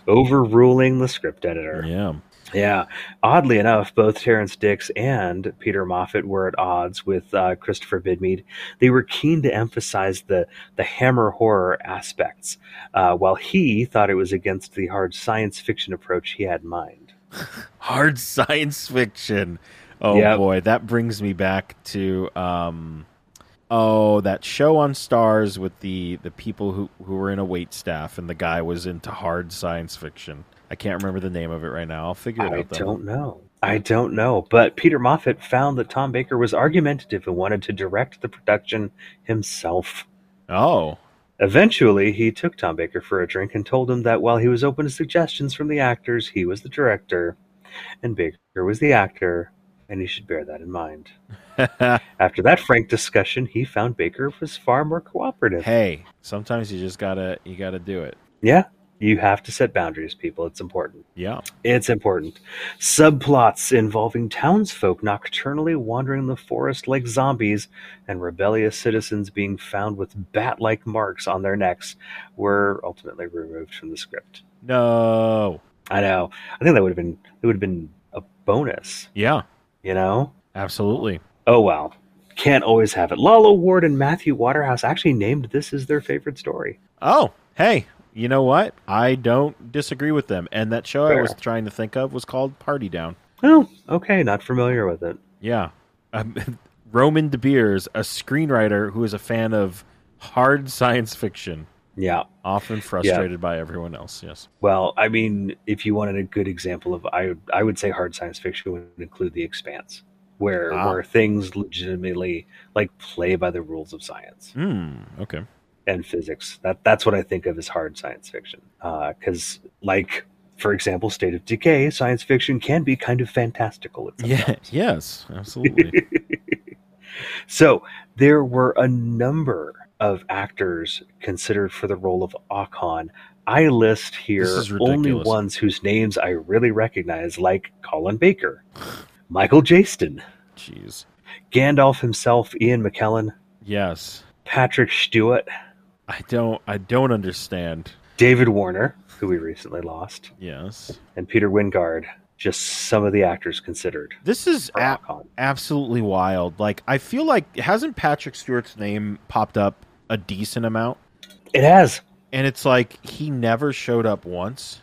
[SPEAKER 3] overruling the script editor.
[SPEAKER 2] Yeah.
[SPEAKER 3] Yeah. Oddly enough, both Terrence Dix and Peter Moffat were at odds with uh, Christopher Bidmead. They were keen to emphasize the, the hammer horror aspects, uh, while he thought it was against the hard science fiction approach he had in mind.
[SPEAKER 2] hard science fiction. Oh
[SPEAKER 3] Yep.
[SPEAKER 2] boy, that brings me back to um oh that show on Stars with the the people who who were in a wait staff and the guy was into hard science fiction. I can't remember the name of it right now. I'll figure it
[SPEAKER 3] I
[SPEAKER 2] out though.
[SPEAKER 3] don't know. I don't know. But Peter Moffat found that Tom Baker was argumentative and wanted to direct the production himself.
[SPEAKER 2] Oh.
[SPEAKER 3] Eventually, he took Tom Baker for a drink and told him that while he was open to suggestions from the actors, he was the director, and Baker was the actor, and he should bear that in mind. After that frank discussion, he found Baker was far more cooperative.
[SPEAKER 2] hey, sometimes you just gotta you gotta do it.
[SPEAKER 3] Yeah, you have to set boundaries, people. It's important.
[SPEAKER 2] Yeah.
[SPEAKER 3] It's important. Subplots involving townsfolk nocturnally wandering the forest like zombies and rebellious citizens being found with bat like marks on their necks were ultimately removed from the script.
[SPEAKER 2] No.
[SPEAKER 3] I know. I think that would have been it would have been a bonus,
[SPEAKER 2] Yeah,
[SPEAKER 3] you know?
[SPEAKER 2] absolutely.
[SPEAKER 3] Oh well. Can't always have it. Lala Ward and Matthew Waterhouse actually named this as their favorite story.
[SPEAKER 2] Oh, hey, you know what? I don't disagree with them. And that show I
[SPEAKER 3] Fair.
[SPEAKER 2] was trying to think of was called Party Down.
[SPEAKER 3] Oh, okay, not familiar with it.
[SPEAKER 2] Yeah. Um, Roman De Beers, a screenwriter who is a fan of hard science fiction,
[SPEAKER 3] Yeah.
[SPEAKER 2] often frustrated by everyone else. Yes.
[SPEAKER 3] Well, I mean, if you wanted a good example of, I I would say hard science fiction would include The Expanse, where
[SPEAKER 2] Ah.
[SPEAKER 3] where things legitimately like play by the rules of science
[SPEAKER 2] Hmm. Okay.
[SPEAKER 3] and physics. That that's what I think of as hard science fiction, because like for example, State of Decay, science fiction can be kind of fantastical. At
[SPEAKER 2] Yeah.
[SPEAKER 3] times.
[SPEAKER 2] Yes. Absolutely.
[SPEAKER 3] So there were a number of actors considered for the role of Akon. I list
[SPEAKER 2] This
[SPEAKER 3] here
[SPEAKER 2] is
[SPEAKER 3] only
[SPEAKER 2] ridiculous.
[SPEAKER 3] ones whose names I really recognize, like Colin Baker, Michael Jaston,
[SPEAKER 2] Jeez.
[SPEAKER 3] Gandalf himself, Ian McKellen,
[SPEAKER 2] Yes.
[SPEAKER 3] Patrick Stewart,
[SPEAKER 2] I don't I don't understand.
[SPEAKER 3] David Warner, who we recently lost,
[SPEAKER 2] Yes.
[SPEAKER 3] and Peter Wingard. Just some of the actors considered.
[SPEAKER 2] This is
[SPEAKER 3] for
[SPEAKER 2] a-
[SPEAKER 3] Alcon.
[SPEAKER 2] absolutely wild. Like I feel like hasn't Patrick Stewart's name popped up a decent amount?
[SPEAKER 3] It has.
[SPEAKER 2] And it's like he never showed up once.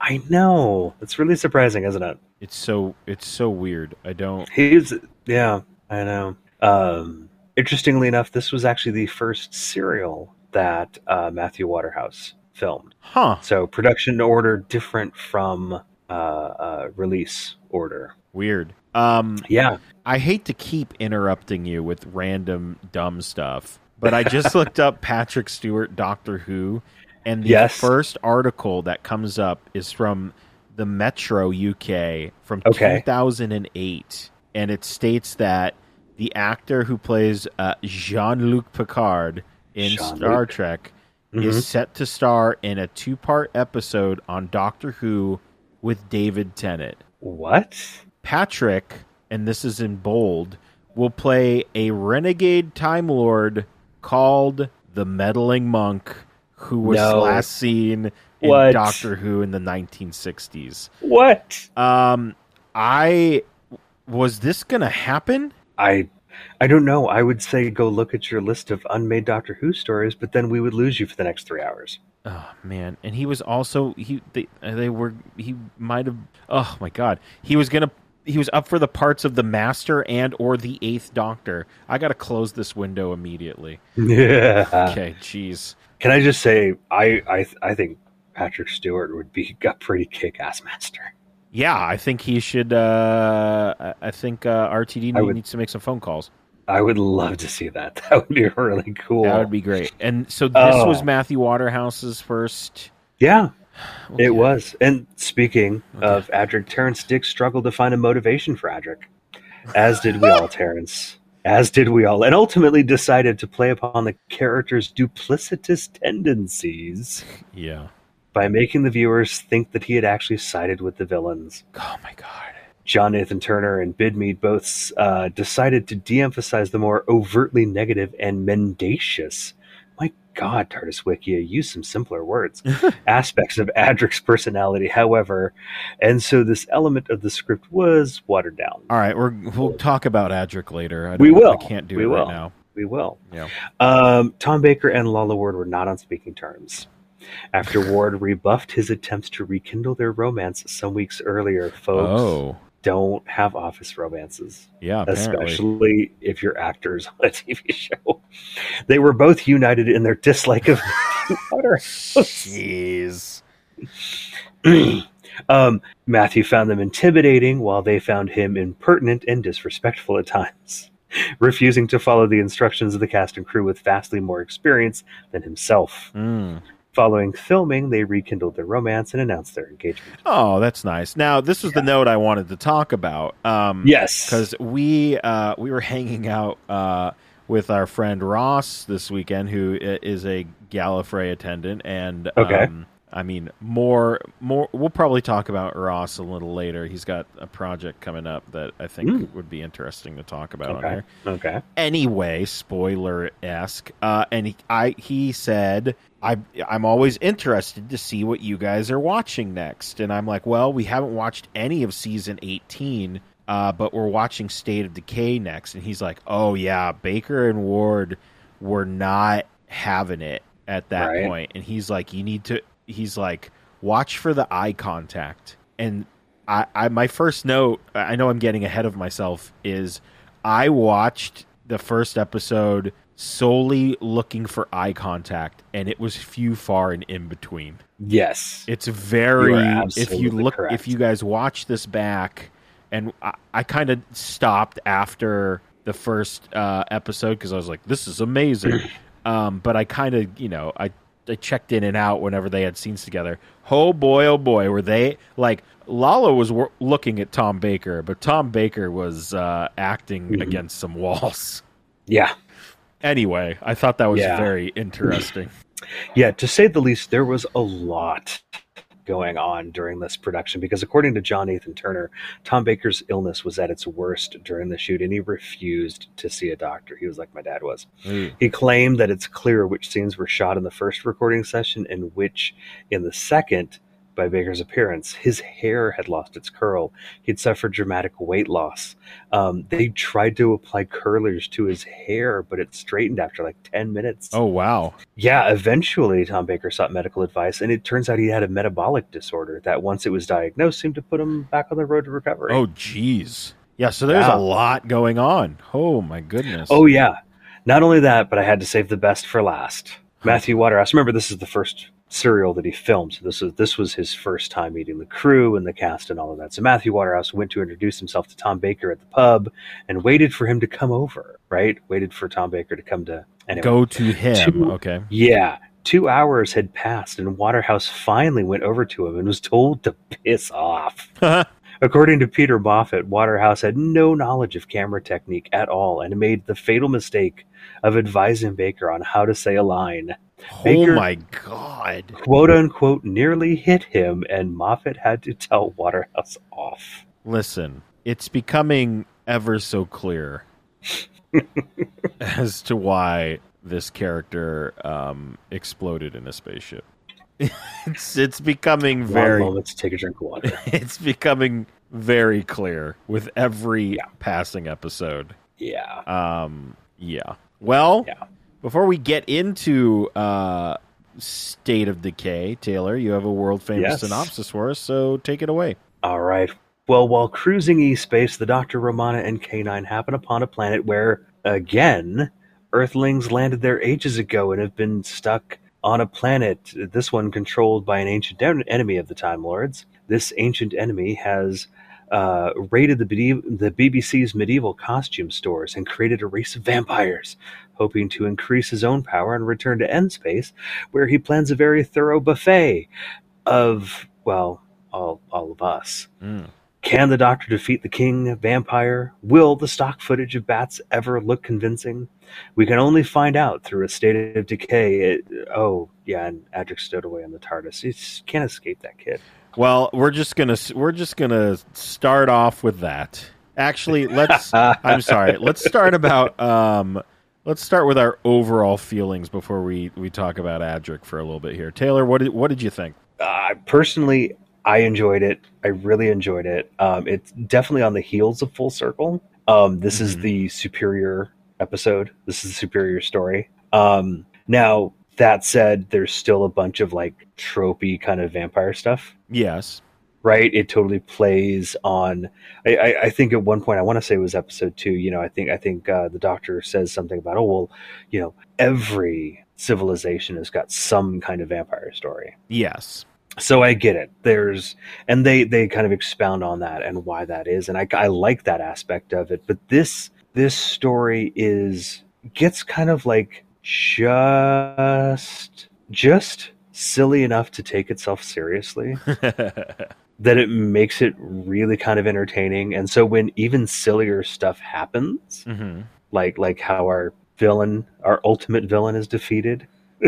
[SPEAKER 3] I know. It's really surprising, isn't it?
[SPEAKER 2] It's so it's so weird. I don't
[SPEAKER 3] He's yeah, I know. Um, interestingly enough, this was actually the first serial that uh, Matthew Waterhouse filmed.
[SPEAKER 2] Huh.
[SPEAKER 3] So production order different from uh, uh, release order.
[SPEAKER 2] Weird. Um
[SPEAKER 3] Yeah,
[SPEAKER 2] I hate to keep interrupting you with random dumb stuff, but I just looked up Patrick Stewart Doctor Who, and the
[SPEAKER 3] Yes.
[SPEAKER 2] first article that comes up is from the Metro UK from
[SPEAKER 3] Okay.
[SPEAKER 2] 2008, and it states that the actor who plays uh, Jean Luc Picard in
[SPEAKER 3] Jean-Luc.
[SPEAKER 2] Star Trek
[SPEAKER 3] Mhm.
[SPEAKER 2] is set to star in a two part episode on Doctor Who with David Tennant.
[SPEAKER 3] what?
[SPEAKER 2] Patrick, and this is in bold, will play a renegade Time Lord called the Meddling Monk, who was
[SPEAKER 3] No.
[SPEAKER 2] last seen in
[SPEAKER 3] What?
[SPEAKER 2] Doctor Who in the 1960s.
[SPEAKER 3] What?
[SPEAKER 2] Um, I was this gonna happen?
[SPEAKER 3] I I don't know. I would say go look at your list of unmade Doctor Who stories, but then we would lose you for the next three hours.
[SPEAKER 2] Oh man, and he was also he they uh, they were he might have oh my god he was gonna he was up for the parts of the Master and or the Eighth Doctor. I gotta close this window immediately.
[SPEAKER 3] Yeah.
[SPEAKER 2] Okay, jeez.
[SPEAKER 3] Can I just say I I I think Patrick Stewart would be a pretty kick-ass master.
[SPEAKER 2] Yeah, I think he should. Uh, I- I think uh, RTD
[SPEAKER 3] I would-
[SPEAKER 2] needs to make some phone calls.
[SPEAKER 3] I would love to see that. That would be really cool.
[SPEAKER 2] That would be great. And so this
[SPEAKER 3] Oh.
[SPEAKER 2] was Matthew Waterhouse's first.
[SPEAKER 3] yeah,
[SPEAKER 2] Okay.
[SPEAKER 3] it was. And speaking
[SPEAKER 2] Okay.
[SPEAKER 3] of Adric, Terrence Dick struggled to find a motivation for Adric, as did we all, Terrence. As did we all, and ultimately decided to play upon the character's duplicitous tendencies
[SPEAKER 2] Yeah.
[SPEAKER 3] by making the viewers think that he had actually sided with the villains.
[SPEAKER 2] Oh my god.
[SPEAKER 3] John Nathan Turner and Bidmead both uh, decided to de-emphasize the more overtly negative and mendacious. My God, TARDIS Wikia, use some simpler words. aspects of Adric's personality, however, and so this element of the script was watered down.
[SPEAKER 2] All right, we're we'll talk about Adric later. I
[SPEAKER 3] We
[SPEAKER 2] don't-
[SPEAKER 3] will.
[SPEAKER 2] I can't do
[SPEAKER 3] We
[SPEAKER 2] it right
[SPEAKER 3] will.
[SPEAKER 2] now.
[SPEAKER 3] We will.
[SPEAKER 2] Yeah.
[SPEAKER 3] Um, Tom Baker and Lala Ward were not on speaking terms. After Ward rebuffed his attempts to rekindle their romance some weeks earlier, folks
[SPEAKER 2] Oh
[SPEAKER 3] don't have office romances.
[SPEAKER 2] yeah. Apparently.
[SPEAKER 3] especially if you're actors on a TV show. They were both united in their dislike of
[SPEAKER 2] Jeez.
[SPEAKER 3] um, Matthew found them intimidating, while they found him impertinent and disrespectful at times, refusing to follow the instructions of the cast and crew with vastly more experience than himself.
[SPEAKER 2] Mm.
[SPEAKER 3] Following filming, they rekindled their romance and announced their engagement.
[SPEAKER 2] Oh, that's nice. Now this was the note I wanted to talk about. Um,
[SPEAKER 3] Yes,
[SPEAKER 2] because we uh, we were hanging out uh, with our friend Ross this weekend, who i- is a Gallifrey attendant, and
[SPEAKER 3] Okay.
[SPEAKER 2] um, I mean more more. We'll probably talk about Ross a little later. He's got a project coming up that I think
[SPEAKER 3] Mm.
[SPEAKER 2] would be interesting to talk about on
[SPEAKER 3] Okay.
[SPEAKER 2] here
[SPEAKER 3] okay,
[SPEAKER 2] anyway, spoiler esque. Uh, and he, I, he said, I, I'm always interested to see what you guys are watching next. And I'm like, well, we haven't watched any of season 18, uh, but we're watching State of Decay next. And he's like, oh, yeah, Baker and Ward were not having it at that
[SPEAKER 3] Right.
[SPEAKER 2] point. And he's like, you need to, he's like, watch for the eye contact. And I, I my first note I know I'm getting ahead of myself is I watched the first episode solely looking for eye contact and it was few far and in between.
[SPEAKER 3] yes,
[SPEAKER 2] It's very
[SPEAKER 3] You are
[SPEAKER 2] if you
[SPEAKER 3] absolutely
[SPEAKER 2] look
[SPEAKER 3] correct.
[SPEAKER 2] if you guys watch this back and I, I kind of stopped after the first uh, episode because I was like this is amazing. um, but I kind of you know I I checked in and out whenever they had scenes together. Oh boy, oh boy, were they like Lala was wor- looking at Tom Baker, but Tom Baker was uh, acting
[SPEAKER 3] Mhm.
[SPEAKER 2] against some walls.
[SPEAKER 3] yeah.
[SPEAKER 2] Anyway, I thought that was
[SPEAKER 3] Yeah.
[SPEAKER 2] very interesting.
[SPEAKER 3] Yeah, to say the least, there was a lot going on during this production because, according to John Nathan Turner, Tom Baker's illness was at its worst during the shoot and he refused to see a doctor. He was like my dad was.
[SPEAKER 2] Mm.
[SPEAKER 3] He claimed that it's clear which scenes were shot in the first recording session and which in the second. By Baker's appearance, his hair had lost its curl. He'd suffered dramatic weight loss. Um, they tried to apply curlers to his hair, but it straightened after like 10 minutes.
[SPEAKER 2] Oh wow.
[SPEAKER 3] Yeah, eventually Tom Baker sought medical advice, and it turns out he had a metabolic disorder that once it was diagnosed seemed to put him back on the road to recovery.
[SPEAKER 2] Oh geez. Yeah. So there's a
[SPEAKER 3] Yeah.
[SPEAKER 2] lot going on. Oh my goodness.
[SPEAKER 3] Oh, yeah. Not only that, but I had to save the best for last. Matthew Waterhouse. Remember, this is the first serial that he filmed. So this was this was his first time meeting the crew and the cast and all of that. So Matthew Waterhouse went to introduce himself to Tom Baker at the pub and waited for him to come over. Right, waited for Tom Baker to come to anyway.
[SPEAKER 2] Go to him.
[SPEAKER 3] Two-
[SPEAKER 2] okay.
[SPEAKER 3] Yeah. Two hours had passed, and Waterhouse finally went over to him and was told to piss off. According to Peter Moffat, Waterhouse had no knowledge of camera technique at all and made the fatal mistake of advising Baker on how to say a line.
[SPEAKER 2] oh
[SPEAKER 3] Baker-
[SPEAKER 2] my god.
[SPEAKER 3] Quote unquote nearly hit him, and Moffat had to tell Waterhouse off.
[SPEAKER 2] Listen, it's becoming ever so clear as to why this character um, exploded in a spaceship. it's it's becoming very
[SPEAKER 3] One moment to take a drink of water.
[SPEAKER 2] it's becoming very clear with every
[SPEAKER 3] Yeah.
[SPEAKER 2] passing episode.
[SPEAKER 3] yeah.
[SPEAKER 2] Um, yeah. Well,
[SPEAKER 3] Yeah.
[SPEAKER 2] before we get into uh, State of Decay, Taylor, you have a world famous
[SPEAKER 3] Yes.
[SPEAKER 2] synopsis for us, so take it away.
[SPEAKER 3] All right. Well, while cruising E space, the Doctor Romana and K9 happen upon a planet where, again, Earthlings landed there ages ago and have been stuck on a planet, this one controlled by an ancient en- enemy of the Time Lords. This ancient enemy has uh, raided the, medi- the BBC's medieval costume stores and created a race of vampires, hoping to increase his own power and return to End Space, where he plans a very thorough buffet of, well, all, all of us.
[SPEAKER 2] Mm.
[SPEAKER 3] Can the Doctor defeat the King Vampire? Will the stock footage of bats ever look convincing? We can only find out through a state of decay. It, oh, yeah, and Adric Stowaway and the TARDIS. You just can't escape that kid.
[SPEAKER 2] Well, we're just gonna we're just gonna start off with that. Actually, let's. I'm sorry. Let's start about um. Let's start with our overall feelings before we we talk about Adric for a little bit here. Taylor, what did what did you think?
[SPEAKER 3] uh, personally, I enjoyed it. I really enjoyed it. Um, it's definitely on the heels of Full Circle. Um, this is
[SPEAKER 2] Mhm.
[SPEAKER 3] the superior episode. This is the superior story. Um, now that said, there's still a bunch of like tropey kind of vampire stuff,
[SPEAKER 2] Yes.
[SPEAKER 3] right? It totally plays on. I, I, I think at one point I want to say it was episode two. You know, I think I think uh, the Doctor says something about oh well, you know, every civilization has got some kind of vampire story
[SPEAKER 2] Yes.
[SPEAKER 3] so i get it there's and they they kind of expound on that and why that is and i, I like that aspect of it but this this story is gets kind of like just just silly enough to take itself seriously that it makes it really kind of entertaining and so when even sillier stuff happens
[SPEAKER 2] hmm
[SPEAKER 3] like like how our villain our ultimate villain is defeated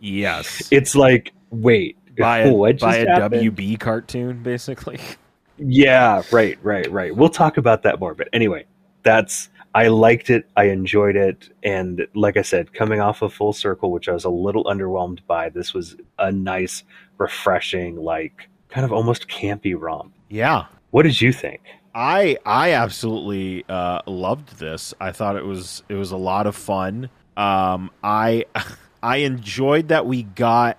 [SPEAKER 2] yes.
[SPEAKER 3] it's like wait
[SPEAKER 2] by a,
[SPEAKER 3] what
[SPEAKER 2] by a
[SPEAKER 3] just happened?
[SPEAKER 2] WB cartoon, basically.
[SPEAKER 3] Yeah, right, right, right. We'll talk about that more. But anyway, that's I liked it, I enjoyed it, and like I said, coming off of Full Circle, which I was a little underwhelmed by, this was a nice, refreshing, like kind of almost campy romp.
[SPEAKER 2] Yeah.
[SPEAKER 3] What did you think?
[SPEAKER 2] I I absolutely uh, loved this. I thought it was it was a lot of fun. Um, I I enjoyed that we got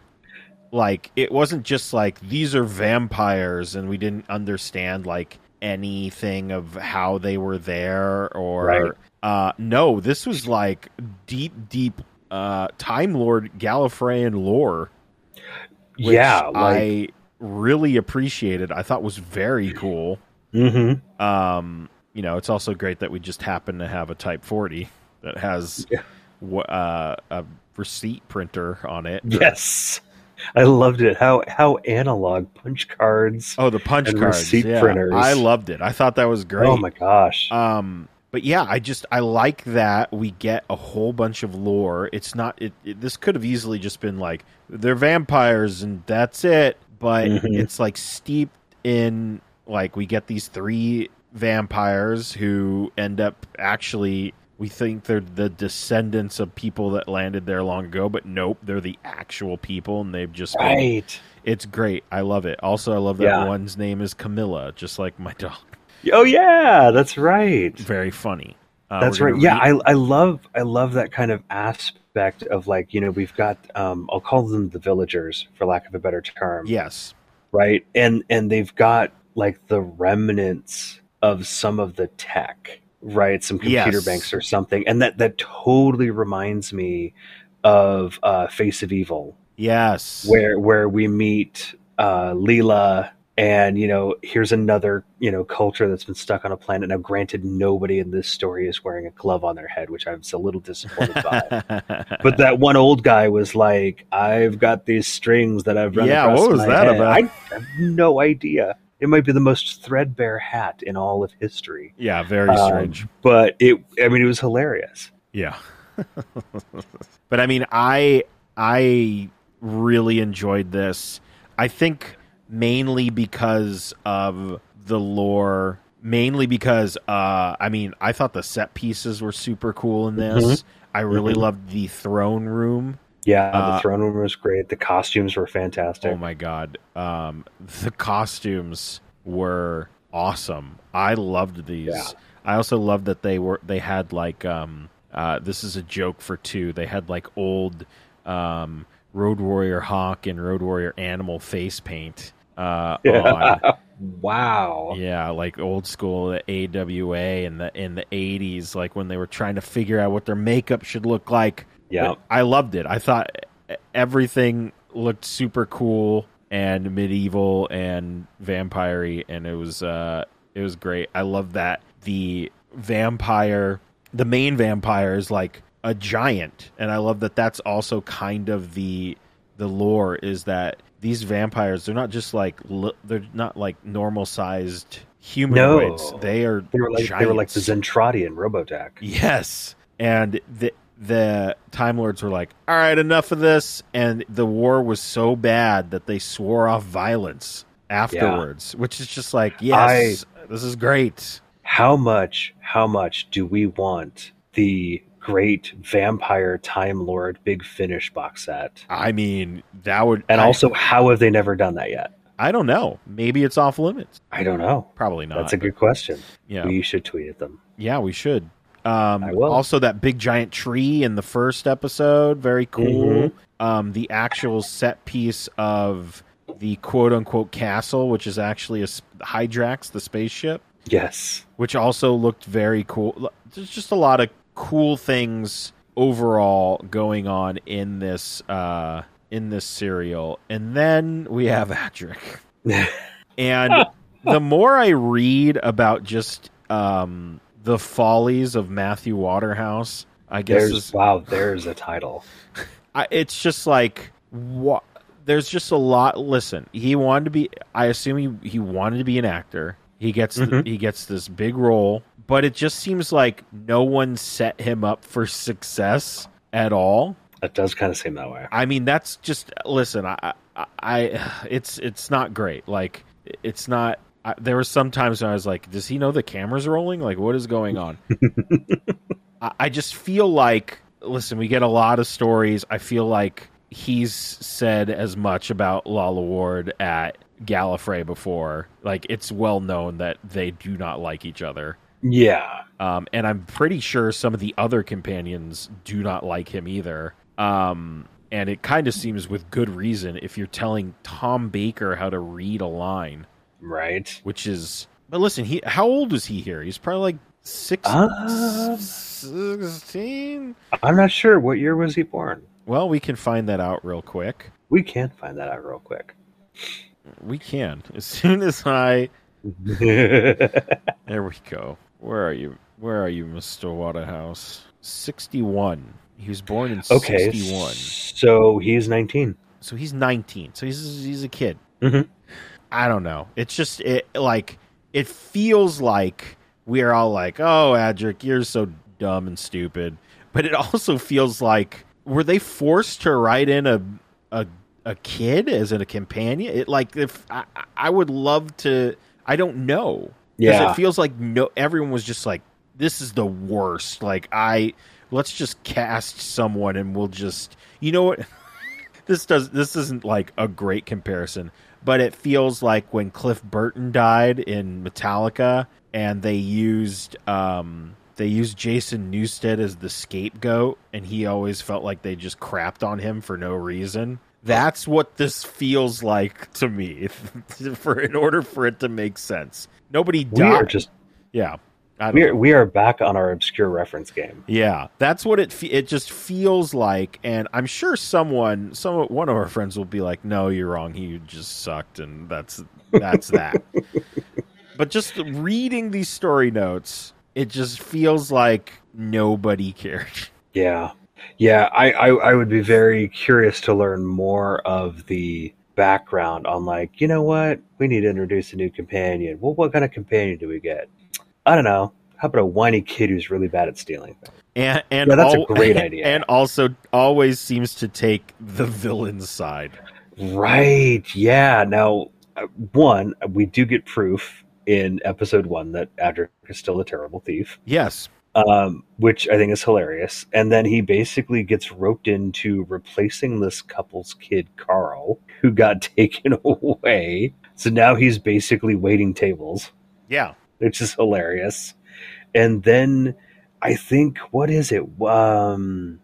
[SPEAKER 2] like it wasn't just like these are vampires and we didn't understand like anything of how they were there or
[SPEAKER 3] Right.
[SPEAKER 2] uh, no, this was like deep deep uh, Time Lord Gallifreyan lore. Which
[SPEAKER 3] yeah, like
[SPEAKER 2] I really appreciated. I thought was very cool.
[SPEAKER 3] hmm
[SPEAKER 2] Um, you know, it's also great that we just happen to have a Type 40 that has
[SPEAKER 3] Yeah.
[SPEAKER 2] wh- uh, a receipt printer on it.
[SPEAKER 3] yes. I loved it. How how analog punch cards.
[SPEAKER 2] Oh, the punch
[SPEAKER 3] And
[SPEAKER 2] cards.
[SPEAKER 3] receipt
[SPEAKER 2] yeah.
[SPEAKER 3] printers.
[SPEAKER 2] I loved it. I thought that was great.
[SPEAKER 3] Oh my gosh.
[SPEAKER 2] Um, but yeah, I just I like that we get a whole bunch of lore. It's not it, it- this could have easily just been like they're vampires and that's it. but
[SPEAKER 3] Mhm.
[SPEAKER 2] it's like steeped in like we get these three vampires who end up actually we think they're the descendants of people that landed there long ago, but nope, they're the actual people and they've just been
[SPEAKER 3] Right.
[SPEAKER 2] it's great. I love it. Also, I love that
[SPEAKER 3] Yeah.
[SPEAKER 2] one's name is Camilla, just like my dog.
[SPEAKER 3] Oh yeah, that's right.
[SPEAKER 2] Very funny. Uh,
[SPEAKER 3] That's
[SPEAKER 2] we're
[SPEAKER 3] right.
[SPEAKER 2] gonna
[SPEAKER 3] Yeah,
[SPEAKER 2] read-
[SPEAKER 3] I, I love I love that kind of aspect of like you know we've got um, I'll call them the villagers for lack of a better term.
[SPEAKER 2] yes.
[SPEAKER 3] Right. And and they've got like the remnants of some of the tech, right? Some computer
[SPEAKER 2] Yes.
[SPEAKER 3] banks or something, and that that totally reminds me of uh, Face of Evil,
[SPEAKER 2] Yes.
[SPEAKER 3] where where we meet uh, Leela. And you know, here's another you know culture that's been stuck on a planet. Now, granted, nobody in this story is wearing a glove on their head, which I'm a little disappointed by. But that one old guy was like, "I've got these strings that I've run
[SPEAKER 2] Yeah,
[SPEAKER 3] across
[SPEAKER 2] what was
[SPEAKER 3] my
[SPEAKER 2] that
[SPEAKER 3] head."
[SPEAKER 2] about?
[SPEAKER 3] I have no idea. It might be the most threadbare hat in all of history,
[SPEAKER 2] yeah, very
[SPEAKER 3] Um,
[SPEAKER 2] strange.
[SPEAKER 3] but it. I mean, it was hilarious.
[SPEAKER 2] Yeah. but I mean, I I really enjoyed this. I think mainly because of the lore, mainly because uh I mean, I thought the set pieces were super cool in this. I really
[SPEAKER 3] Mhm.
[SPEAKER 2] loved the throne room.
[SPEAKER 3] Yeah,
[SPEAKER 2] Uh,
[SPEAKER 3] the throne room was great. The costumes were fantastic.
[SPEAKER 2] Oh my god. Um the costumes were awesome. I loved these.
[SPEAKER 3] Yeah.
[SPEAKER 2] I also loved that they were they had like um uh this is a joke for two. They had like old um Road Warrior Hawk and Road Warrior Animal face paint. Uh on.
[SPEAKER 3] wow.
[SPEAKER 2] Yeah, like old school the AWA in the in the 80s like when they were trying to figure out what their makeup should look like.
[SPEAKER 3] Yeah.
[SPEAKER 2] But I loved it. I thought e, everything looked super cool and medieval and vampire-y and it was uh it was great. I love that the vampire the main vampire is like a giant and I love that that's also kind of the the lore is that these vampires they're not just like li- they're not like normal sized humanoids. They are
[SPEAKER 3] They were like
[SPEAKER 2] giants.
[SPEAKER 3] they were like the Zentradi in Robotech.
[SPEAKER 2] Yes. And the the Time Lords were like, "All right, enough of this." And the war was so bad that they swore off violence afterwards, which is just like, "Yes, this is great."
[SPEAKER 3] How much how much do we want the great vampire time lord big finish box set?
[SPEAKER 2] I mean, that would
[SPEAKER 3] And
[SPEAKER 2] I-
[SPEAKER 3] also how have they never done that yet?
[SPEAKER 2] I don't know. Maybe it's off limits.
[SPEAKER 3] I don't know.
[SPEAKER 2] Probably not.
[SPEAKER 3] That's a good question.
[SPEAKER 2] yeah.
[SPEAKER 3] We should tweet at them.
[SPEAKER 2] Yeah, we should. Um,
[SPEAKER 3] I will.
[SPEAKER 2] Also, that big giant tree in the first episode, very cool.
[SPEAKER 3] Mm-hmm.
[SPEAKER 2] Um, the actual set piece of the quote unquote castle, which is actually a sp- Hydrax, the spaceship,
[SPEAKER 3] Yes.
[SPEAKER 2] which also looked very cool. L- There's just a lot of cool things overall going on in this uh, in this serial, and then we have Adric. And the more I read about just um, the follies of Matthew Waterhouse, I guess
[SPEAKER 3] There's
[SPEAKER 2] is,
[SPEAKER 3] wow, there's a title.
[SPEAKER 2] I, it's just like what. There's just a lot. Listen, he wanted to be. I assume he, he wanted to be an actor. He gets
[SPEAKER 3] Mhm.
[SPEAKER 2] he gets this big role, but it just seems like no one set him up for success at all.
[SPEAKER 3] It does kind of seem that way.
[SPEAKER 2] I mean, that's just listen. I, I, I it's it's not great. Like it's not. I, there were some times when I was like, "Does he know the camera's rolling? Like, what is going on?" I, I just feel like, listen, we get a lot of stories. I feel like he's said as much about Lala Ward at Gallifrey before. Like, it's well known that they do not like each other.
[SPEAKER 3] Yeah.
[SPEAKER 2] Um, and I'm pretty sure some of the other companions do not like him either. Um, and it kind of seems with good reason if you're telling Tom Baker how to read a line,
[SPEAKER 3] Right.
[SPEAKER 2] which is. But listen, he how old is he here? He's probably like six,
[SPEAKER 3] Uh,
[SPEAKER 2] sixteen.
[SPEAKER 3] I'm not sure what year was he born.
[SPEAKER 2] Well, we can find that out real quick.
[SPEAKER 3] We can find that out real quick.
[SPEAKER 2] We can as soon as I. There we go. Where are you? Where are you, Mister Waterhouse? Sixty-one. He was born in
[SPEAKER 3] okay.
[SPEAKER 2] sixty-one.
[SPEAKER 3] So he's 19.
[SPEAKER 2] so he's 19 so he's he's a kid
[SPEAKER 3] Mhm.
[SPEAKER 2] i don't know it's just it like it feels like we're all like oh adric you're so dumb and stupid but it also feels like were they forced to write in a a, a kid as a companion? It like if I, I would love to. I don't know. 'Cause
[SPEAKER 3] Yeah.
[SPEAKER 2] it feels like no. Everyone was just like, "This is the worst." Like I, let's just cast someone, and we'll just, you know what? this does. This isn't like a great comparison, but it feels like when Cliff Burton died in Metallica, and they used um they used Jason Newsted as the scapegoat, and he always felt like they just crapped on him for no reason. That's what this feels like to me. for in order for it to make sense, nobody
[SPEAKER 3] We
[SPEAKER 2] died.
[SPEAKER 3] are just
[SPEAKER 2] yeah, I
[SPEAKER 3] we are, we are back on our obscure reference game.
[SPEAKER 2] yeah, that's what it fe- it just feels like, and I'm sure someone, some one of our friends will be like, "No, you're wrong. He just sucked," and that's that's that. but just reading these story notes, it just feels like nobody cared.
[SPEAKER 3] Yeah. Yeah, I, I, I would be very curious to learn more of the background on like, you know what? We need to introduce a new companion. Well, what kind of companion do we get? I don't know. How about a whiny kid who's really bad at stealing?
[SPEAKER 2] And and
[SPEAKER 3] Yeah, that's a
[SPEAKER 2] al-
[SPEAKER 3] great idea.
[SPEAKER 2] And also, always seems to take the villain's side.
[SPEAKER 3] Right. Yeah. Now, uh, one, we do get proof in episode one that Adric is still a terrible thief,
[SPEAKER 2] Yes,
[SPEAKER 3] um, which I think is hilarious. And then he basically gets roped into replacing this couple's kid, Carl, who got taken away. So now he's basically waiting tables,
[SPEAKER 2] yeah,
[SPEAKER 3] which is hilarious. And then I think, what is it? Um,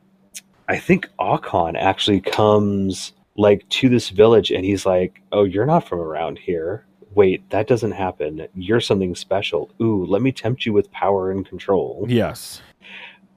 [SPEAKER 3] I think Akon actually comes like to this village and he's like, "Oh, you're not from around here. Wait, that doesn't happen. You're something special. Ooh, let me tempt you with power and control."
[SPEAKER 2] yes,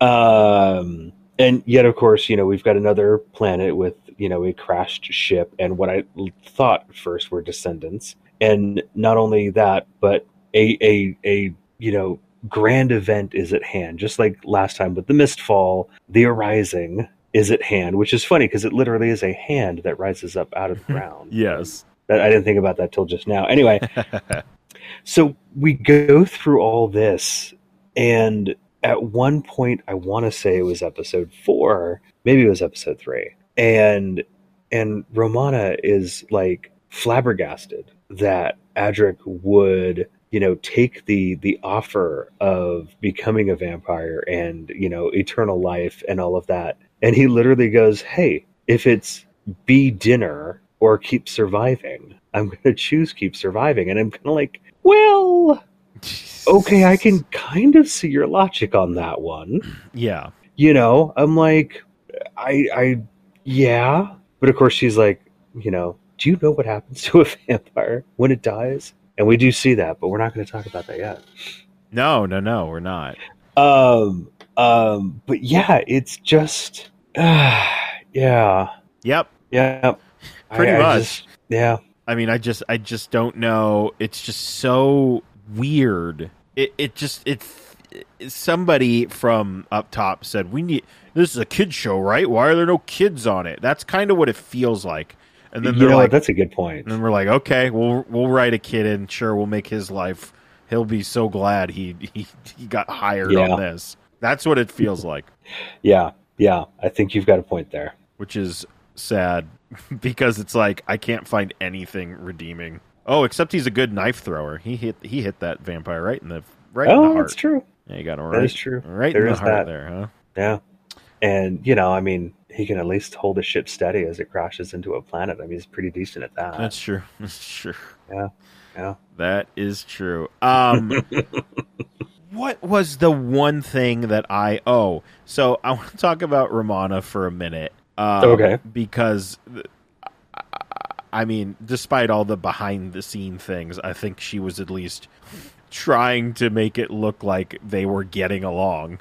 [SPEAKER 3] Um and yet of course, you know, we've got another planet with, you know, a crashed ship and what I l- thought first were descendants. And not only that, but a a a, you know, grand event is at hand, just like last time with the Mistfall, the arising is at hand, which is funny because it literally is a hand that rises up out of the ground.
[SPEAKER 2] yes.
[SPEAKER 3] That I didn't think about that till just now. Anyway, so we go through all this, and at one point, I want to say it was episode four, maybe it was episode three, and and Romana is like flabbergasted that Adric would you know take the the offer of becoming a vampire and you know eternal life and all of that, and he literally goes, "Hey, if it's be dinner or keep surviving. I'm going to choose keep surviving. And I'm kind of like, well, okay, I can kind of see your logic on that one.
[SPEAKER 2] Yeah,
[SPEAKER 3] You know, I'm like, I, I, yeah. But of course, she's like, you know, do you know what happens to a vampire when it dies? And we do see that, but we're not going to talk about that yet.
[SPEAKER 2] no, no, no, we're not.
[SPEAKER 3] Um, um, but yeah, it's just, yeah,
[SPEAKER 2] Yep.
[SPEAKER 3] yeah. I-
[SPEAKER 2] Pretty
[SPEAKER 3] I
[SPEAKER 2] much.
[SPEAKER 3] just- yeah.
[SPEAKER 2] I mean, I just I just don't know. It's just so weird. It it just it's it- somebody from up top said we need this is a kid show, right? Why are there no kids on it? That's kind of what it feels like. And then
[SPEAKER 3] you
[SPEAKER 2] they're
[SPEAKER 3] know
[SPEAKER 2] like,
[SPEAKER 3] what? That's a good point.
[SPEAKER 2] and then we're like, okay, we'll we'll write a kid in. Sure, we'll make his life. He'll be so glad he he, he got hired
[SPEAKER 3] Yeah.
[SPEAKER 2] on this. That's what it feels like,
[SPEAKER 3] Yeah, yeah. I think you've got a point there.
[SPEAKER 2] which is sad because it's like I can't find anything redeeming. Oh, except he's a good knife thrower. He hit he hit that vampire right in the right in the
[SPEAKER 3] oh,
[SPEAKER 2] heart.
[SPEAKER 3] that's true.
[SPEAKER 2] Yeah, you got him
[SPEAKER 3] That
[SPEAKER 2] right,
[SPEAKER 3] is true.
[SPEAKER 2] right
[SPEAKER 3] There
[SPEAKER 2] in the
[SPEAKER 3] is
[SPEAKER 2] heart
[SPEAKER 3] that.
[SPEAKER 2] there, huh?
[SPEAKER 3] Yeah. And you know, I mean, he can at least hold a ship steady as it crashes into a planet. I mean, he's pretty decent at that.
[SPEAKER 2] That's true. That's true.
[SPEAKER 3] Yeah, yeah.
[SPEAKER 2] That is true. Um, what was the one thing that I oh? So I want to talk about Romana for a minute. Um,
[SPEAKER 3] Okay.
[SPEAKER 2] Because, th- I- I mean, despite all the behind the scene things, I think she was at least trying to make it look like they were getting along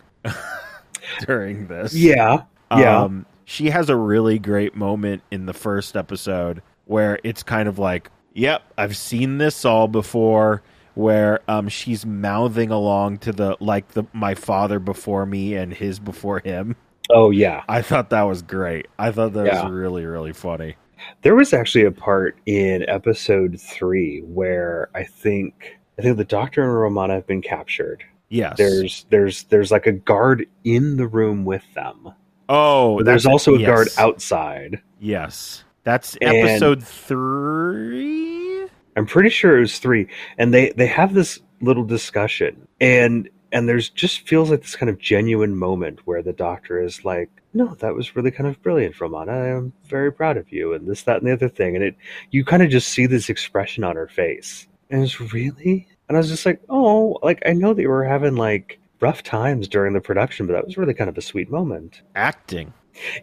[SPEAKER 2] during this.
[SPEAKER 3] yeah, yeah.
[SPEAKER 2] Um, she has a really great moment in the first episode where it's kind of like, yep, I've seen this all before. Where um, she's mouthing along to the like the my father before me and his before him.
[SPEAKER 3] oh, yeah.
[SPEAKER 2] I thought that was great. I thought that
[SPEAKER 3] Yeah.
[SPEAKER 2] was really really funny.
[SPEAKER 3] There was actually a part in episode three where I think I think the Doctor and Romana have been captured.
[SPEAKER 2] Yes.
[SPEAKER 3] There's there's there's like a guard in the room with them.
[SPEAKER 2] oh,
[SPEAKER 3] But there's
[SPEAKER 2] that's-
[SPEAKER 3] also a guard
[SPEAKER 2] yes.
[SPEAKER 3] outside.
[SPEAKER 2] Yes. That's
[SPEAKER 3] And-
[SPEAKER 2] episode three.
[SPEAKER 3] I'm pretty sure it was three, and they they have this little discussion, and and there's just feels like this kind of genuine moment where the doctor is like, "No, that was really kind of brilliant, Romana. I am very proud of you," and this, that, and the other thing, and it you kind of just see this expression on her face, and it's really, and I was just like, "Oh, like I know that you were having like rough times during the production, but that was really kind of a sweet moment."
[SPEAKER 2] Acting.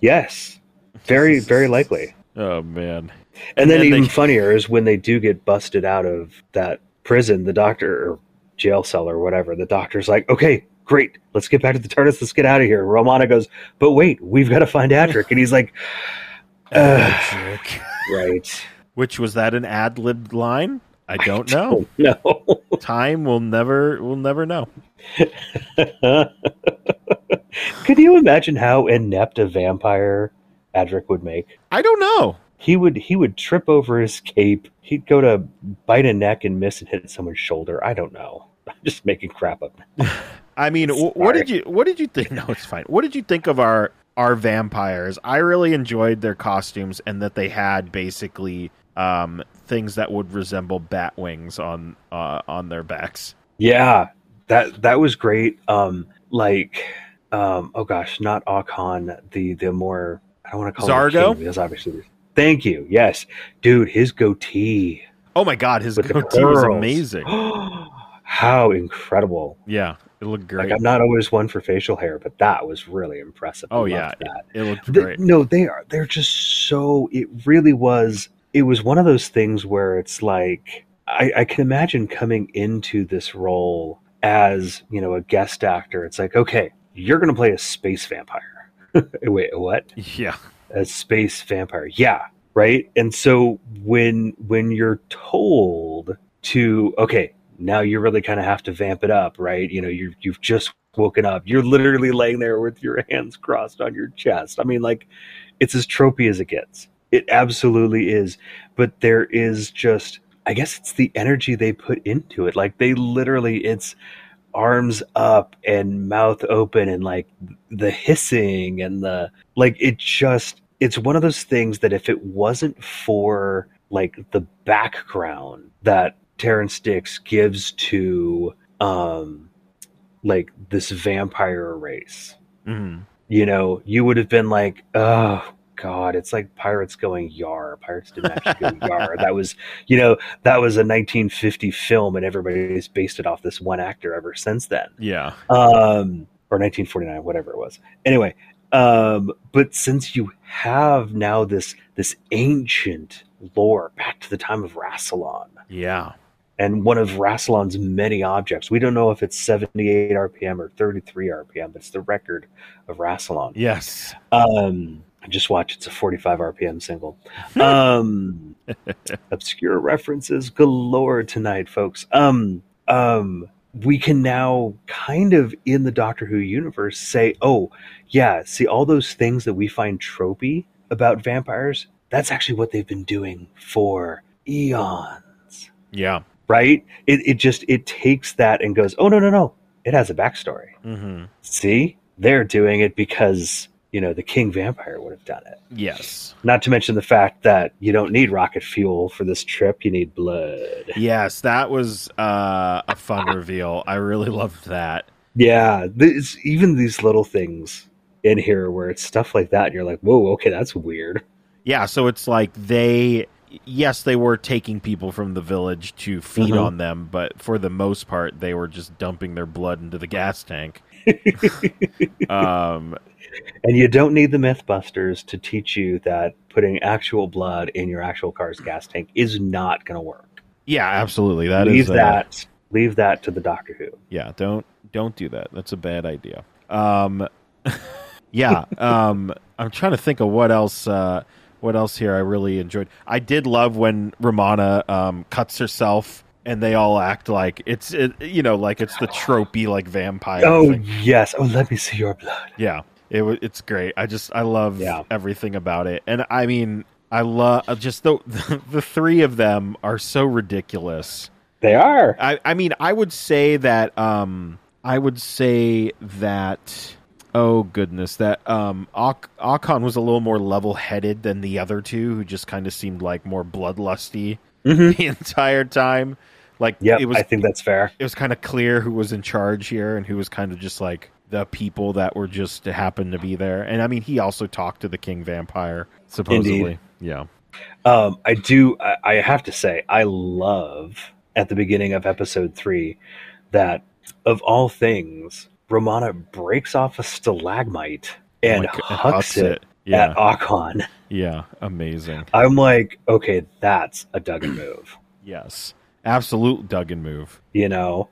[SPEAKER 3] Yes, very very likely.
[SPEAKER 2] Oh man.
[SPEAKER 3] And then,
[SPEAKER 2] And then
[SPEAKER 3] even
[SPEAKER 2] they-
[SPEAKER 3] funnier is when they do get busted out of that prison, the doctor or jail cell or whatever, the doctor's like, okay, great, let's get back to the TARDIS, let's get out of here. Romana goes, but wait, we've got to find Adric. And he's like, Ugh.
[SPEAKER 2] Jerk.
[SPEAKER 3] right.
[SPEAKER 2] Which was that an ad lib line? I don't
[SPEAKER 3] Oh,
[SPEAKER 2] know.
[SPEAKER 3] no.
[SPEAKER 2] Time will never will never know.
[SPEAKER 3] Can you imagine how inept a vampire Adric would make?
[SPEAKER 2] I don't know.
[SPEAKER 3] He would he would trip over his cape. He'd go to bite a neck and miss and hit someone's shoulder. I don't know. I'm just making crap up.
[SPEAKER 2] I mean, wh- what did you what did you think? No, it's fine. What did you think of our our vampires? I really enjoyed their costumes and that they had basically um, things that would resemble bat wings on uh, on their backs.
[SPEAKER 3] Yeah, that that was great. Um, like, um, oh gosh, not Akon, the the more I don't want to call him
[SPEAKER 2] Zargo?
[SPEAKER 3] king, because obviously. Thank you. Yes, dude, his goatee
[SPEAKER 2] Oh my god, his
[SPEAKER 3] with the
[SPEAKER 2] goatee was
[SPEAKER 3] curls.
[SPEAKER 2] amazing.
[SPEAKER 3] How incredible!
[SPEAKER 2] Yeah, it looked great.
[SPEAKER 3] Like, I'm not always one for facial hair, but that was really impressive. I
[SPEAKER 2] Oh,
[SPEAKER 3] loved
[SPEAKER 2] yeah.
[SPEAKER 3] that.
[SPEAKER 2] it looked
[SPEAKER 3] Th-
[SPEAKER 2] great.
[SPEAKER 3] no, they are. They're just so. It really was. It was one of those things where it's like I, I can imagine coming into this role as you know a guest actor. It's like okay, you're going to play a space vampire. Wait, what?
[SPEAKER 2] Yeah,
[SPEAKER 3] a space vampire. Yeah, right. And so when when you're told to okay, now you really kind of have to vamp it up, right? You know, you you've just woken up. You're literally laying there with your hands crossed on your chest. I mean, like it's as tropey as it gets. It absolutely is. But there is just I guess it's the energy they put into it. Like they literally it's arms up and mouth open and like the hissing and the like it just it's one of those things that if it wasn't for like the background that Terrence Dix gives to um like this vampire race,
[SPEAKER 2] Mhm.
[SPEAKER 3] you know, you would have been like, oh God, it's like pirates going yar. Pirates didn't actually go yar. That was, you know, that was a 1950 film, and everybody's based it off this one actor ever since then
[SPEAKER 2] yeah.
[SPEAKER 3] um, or 1949, whatever it was. Anyway, um, but since you have now this this ancient lore back to the time of Rassilon
[SPEAKER 2] Yeah.
[SPEAKER 3] and one of Rassilon's many objects, we don't know if it's 78 RPM or 33 RPM, but it's the record of Rassilon.
[SPEAKER 2] Yes.
[SPEAKER 3] Um, just watch; it's a 45 RPM single. Um, obscure references galore tonight, folks. Um, um, we can now kind of in the Doctor Who universe say, "Oh, yeah, see all those things that we find tropey about vampires. That's actually what they've been doing for eons,
[SPEAKER 2] Yeah.
[SPEAKER 3] right? It it just it takes that and goes, "Oh no, no, no! It has a backstory."
[SPEAKER 2] hmm
[SPEAKER 3] see they're doing it because you know the king vampire would have done it
[SPEAKER 2] Yes.
[SPEAKER 3] not to mention the fact that you don't need rocket fuel for this trip you need blood
[SPEAKER 2] Yes. That was uh, a fun reveal. I really loved that.
[SPEAKER 3] yeah this, even these little things in here where it's stuff like that and you're like whoa okay that's weird
[SPEAKER 2] Yeah, so it's like they yes, they were taking people from the village to feed
[SPEAKER 3] Mhm.
[SPEAKER 2] on them, but for the most part they were just dumping their blood into the gas tank. um
[SPEAKER 3] and you don't need the mythbusters to teach you that putting actual blood in your actual car's gas tank is not going to work
[SPEAKER 2] yeah, absolutely. That is
[SPEAKER 3] leave
[SPEAKER 2] uh,
[SPEAKER 3] that leave that to the doctor who
[SPEAKER 2] Yeah, don't don't do that. That's a bad idea. Um yeah, um I'm trying to think of what else uh what else here I really enjoyed. I did love when Romana um cuts herself and they all act like it's it, you know like it's the tropey like vampire
[SPEAKER 3] oh
[SPEAKER 2] thing.
[SPEAKER 3] yes oh let me see your blood
[SPEAKER 2] Yeah, it wa- it's great. I just I love
[SPEAKER 3] Yeah.
[SPEAKER 2] everything about it, and I mean I love just the the three of them are so ridiculous.
[SPEAKER 3] they are
[SPEAKER 2] I I mean I would say that um I would say that Oh goodness, that um Ak- Akon was a little more level-headed than the other two, who just kind of seemed like more bloodlusty
[SPEAKER 3] Mhm.
[SPEAKER 2] the entire time. Like
[SPEAKER 3] Yep,
[SPEAKER 2] it was,
[SPEAKER 3] I think that's fair.
[SPEAKER 2] it was kind of clear who was in charge here and who was kind of just like the people that were just happened to be there. And I mean, he also talked to the king vampire supposedly.
[SPEAKER 3] Indeed.
[SPEAKER 2] Yeah.
[SPEAKER 3] Um, I do. I, I have to say, I love at the beginning of episode three that, of all things, Romana breaks off a stalagmite and
[SPEAKER 2] Like,
[SPEAKER 3] Oh hucks it,
[SPEAKER 2] Yeah.
[SPEAKER 3] at Akon.
[SPEAKER 2] yeah. Amazing.
[SPEAKER 3] I'm like, okay, that's a Duggan move.
[SPEAKER 2] Yes. Absolute Duggan move.
[SPEAKER 3] You know,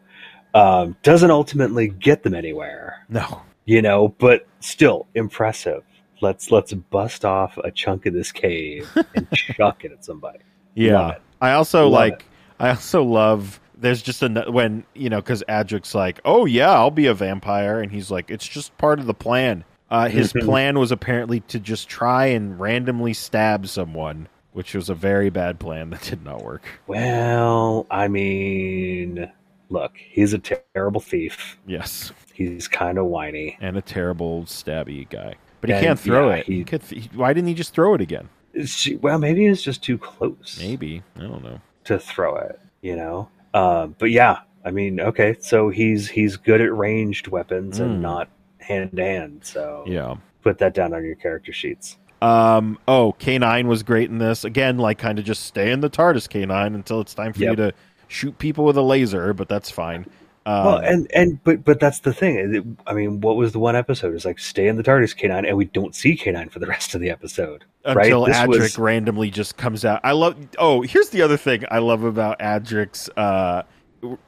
[SPEAKER 3] um, doesn't ultimately get them anywhere.
[SPEAKER 2] No.
[SPEAKER 3] You know, but still impressive. Let's let's bust off a chunk of this cave and chuck it at somebody. Love
[SPEAKER 2] Yeah.
[SPEAKER 3] it.
[SPEAKER 2] I also
[SPEAKER 3] Love
[SPEAKER 2] like. I also love. There's just a when you know because Adric's like, oh yeah, I'll be a vampire, and he's like, it's just part of the plan. Uh, his
[SPEAKER 3] Mhm.
[SPEAKER 2] plan was apparently to just try and randomly stab someone, which was a very bad plan that did not work.
[SPEAKER 3] Well, I mean, look, he's a terrible thief.
[SPEAKER 2] Yes,
[SPEAKER 3] He's kind of whiny.
[SPEAKER 2] and a terrible stabby guy, but he
[SPEAKER 3] And,
[SPEAKER 2] can't throw
[SPEAKER 3] yeah,
[SPEAKER 2] it.
[SPEAKER 3] he-
[SPEAKER 2] He could th- he- why didn't he just throw it again?
[SPEAKER 3] She, well, maybe it's just too close
[SPEAKER 2] Maybe I don't know.
[SPEAKER 3] to throw it, you know. Um, but yeah, I mean, okay, so he's he's good at ranged weapons
[SPEAKER 2] Mm.
[SPEAKER 3] and not hand to hand. So
[SPEAKER 2] Yeah.
[SPEAKER 3] put that down on your character sheets.
[SPEAKER 2] Um. Oh, K9 was great in this. Again, like kind of just stay in the TARDIS, K9, until it's time for you
[SPEAKER 3] Yep.
[SPEAKER 2] to shoot people with a laser. But that's fine. Um,
[SPEAKER 3] well, and and but but that's the thing. It- I mean, what was the one episode? It's like stay in the TARDIS, K nine, and we don't see K nine for the rest of the episode. right,
[SPEAKER 2] until
[SPEAKER 3] this
[SPEAKER 2] Adric
[SPEAKER 3] was-
[SPEAKER 2] randomly just comes out. I love. Oh, here's the other thing I love about Adric's uh, r-